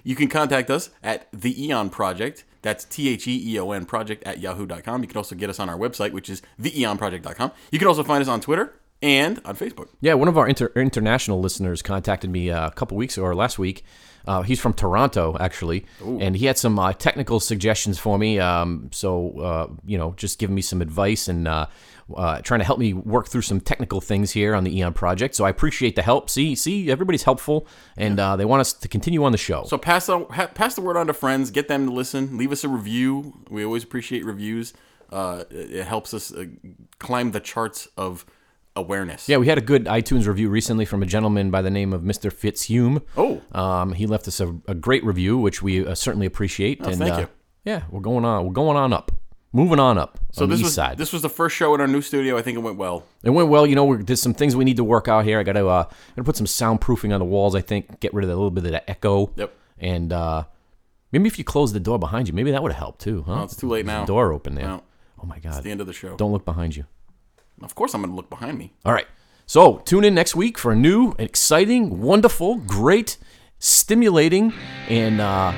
Speaker 2: you can contact us at the Eon Project. That's T H E E O N project at yahoo.com. You can also get us on our website, which is theeonproject.com. You can also find us on Twitter and on Facebook.
Speaker 1: Yeah, one of our inter- international listeners contacted me uh, a couple weeks or last week. Uh, he's from Toronto, actually, and he had some uh, technical suggestions for me. Um, so, uh, you know, just giving me some advice and uh, uh, trying to help me work through some technical things here on the Eon project. So, I appreciate the help. See, see, everybody's helpful, and uh, they want us to continue on the show.
Speaker 2: So pass the ha- pass the word on to friends. Get them to listen. Leave us a review. We always appreciate reviews. Uh, it it helps us uh, climb the charts of awareness.
Speaker 1: yeah, we had a good iTunes review recently from a gentleman by the name of Mr. Fitzhume.
Speaker 2: Oh.
Speaker 1: um, he left us a, a great review, which we uh, certainly appreciate. and,
Speaker 2: Oh, thank
Speaker 1: uh,
Speaker 2: you.
Speaker 1: Yeah, we're going on. We're going on up, moving on up on the
Speaker 2: this
Speaker 1: east
Speaker 2: was
Speaker 1: side.
Speaker 2: this was the first show in our new studio. I think it went well.
Speaker 1: It went well. You know, we there's some things we need to work out here. I got to uh, gotta put some soundproofing on the walls. I think get rid of a little bit of that echo.
Speaker 2: Yep.
Speaker 1: And uh, maybe if you close the door behind you, maybe that would have helped too. Huh?
Speaker 2: it's too late
Speaker 1: There's a
Speaker 2: now.
Speaker 1: door open there.
Speaker 2: No.
Speaker 1: Oh my God!
Speaker 2: The end of the show.
Speaker 1: Don't look behind you.
Speaker 2: Of course, I'm gonna look behind me.
Speaker 1: All right. So tune in next week for a new, exciting, wonderful, great, stimulating, and uh,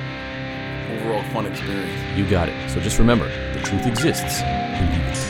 Speaker 2: Overall fun experience.
Speaker 1: you got it. So just remember, the truth exists. Believe it.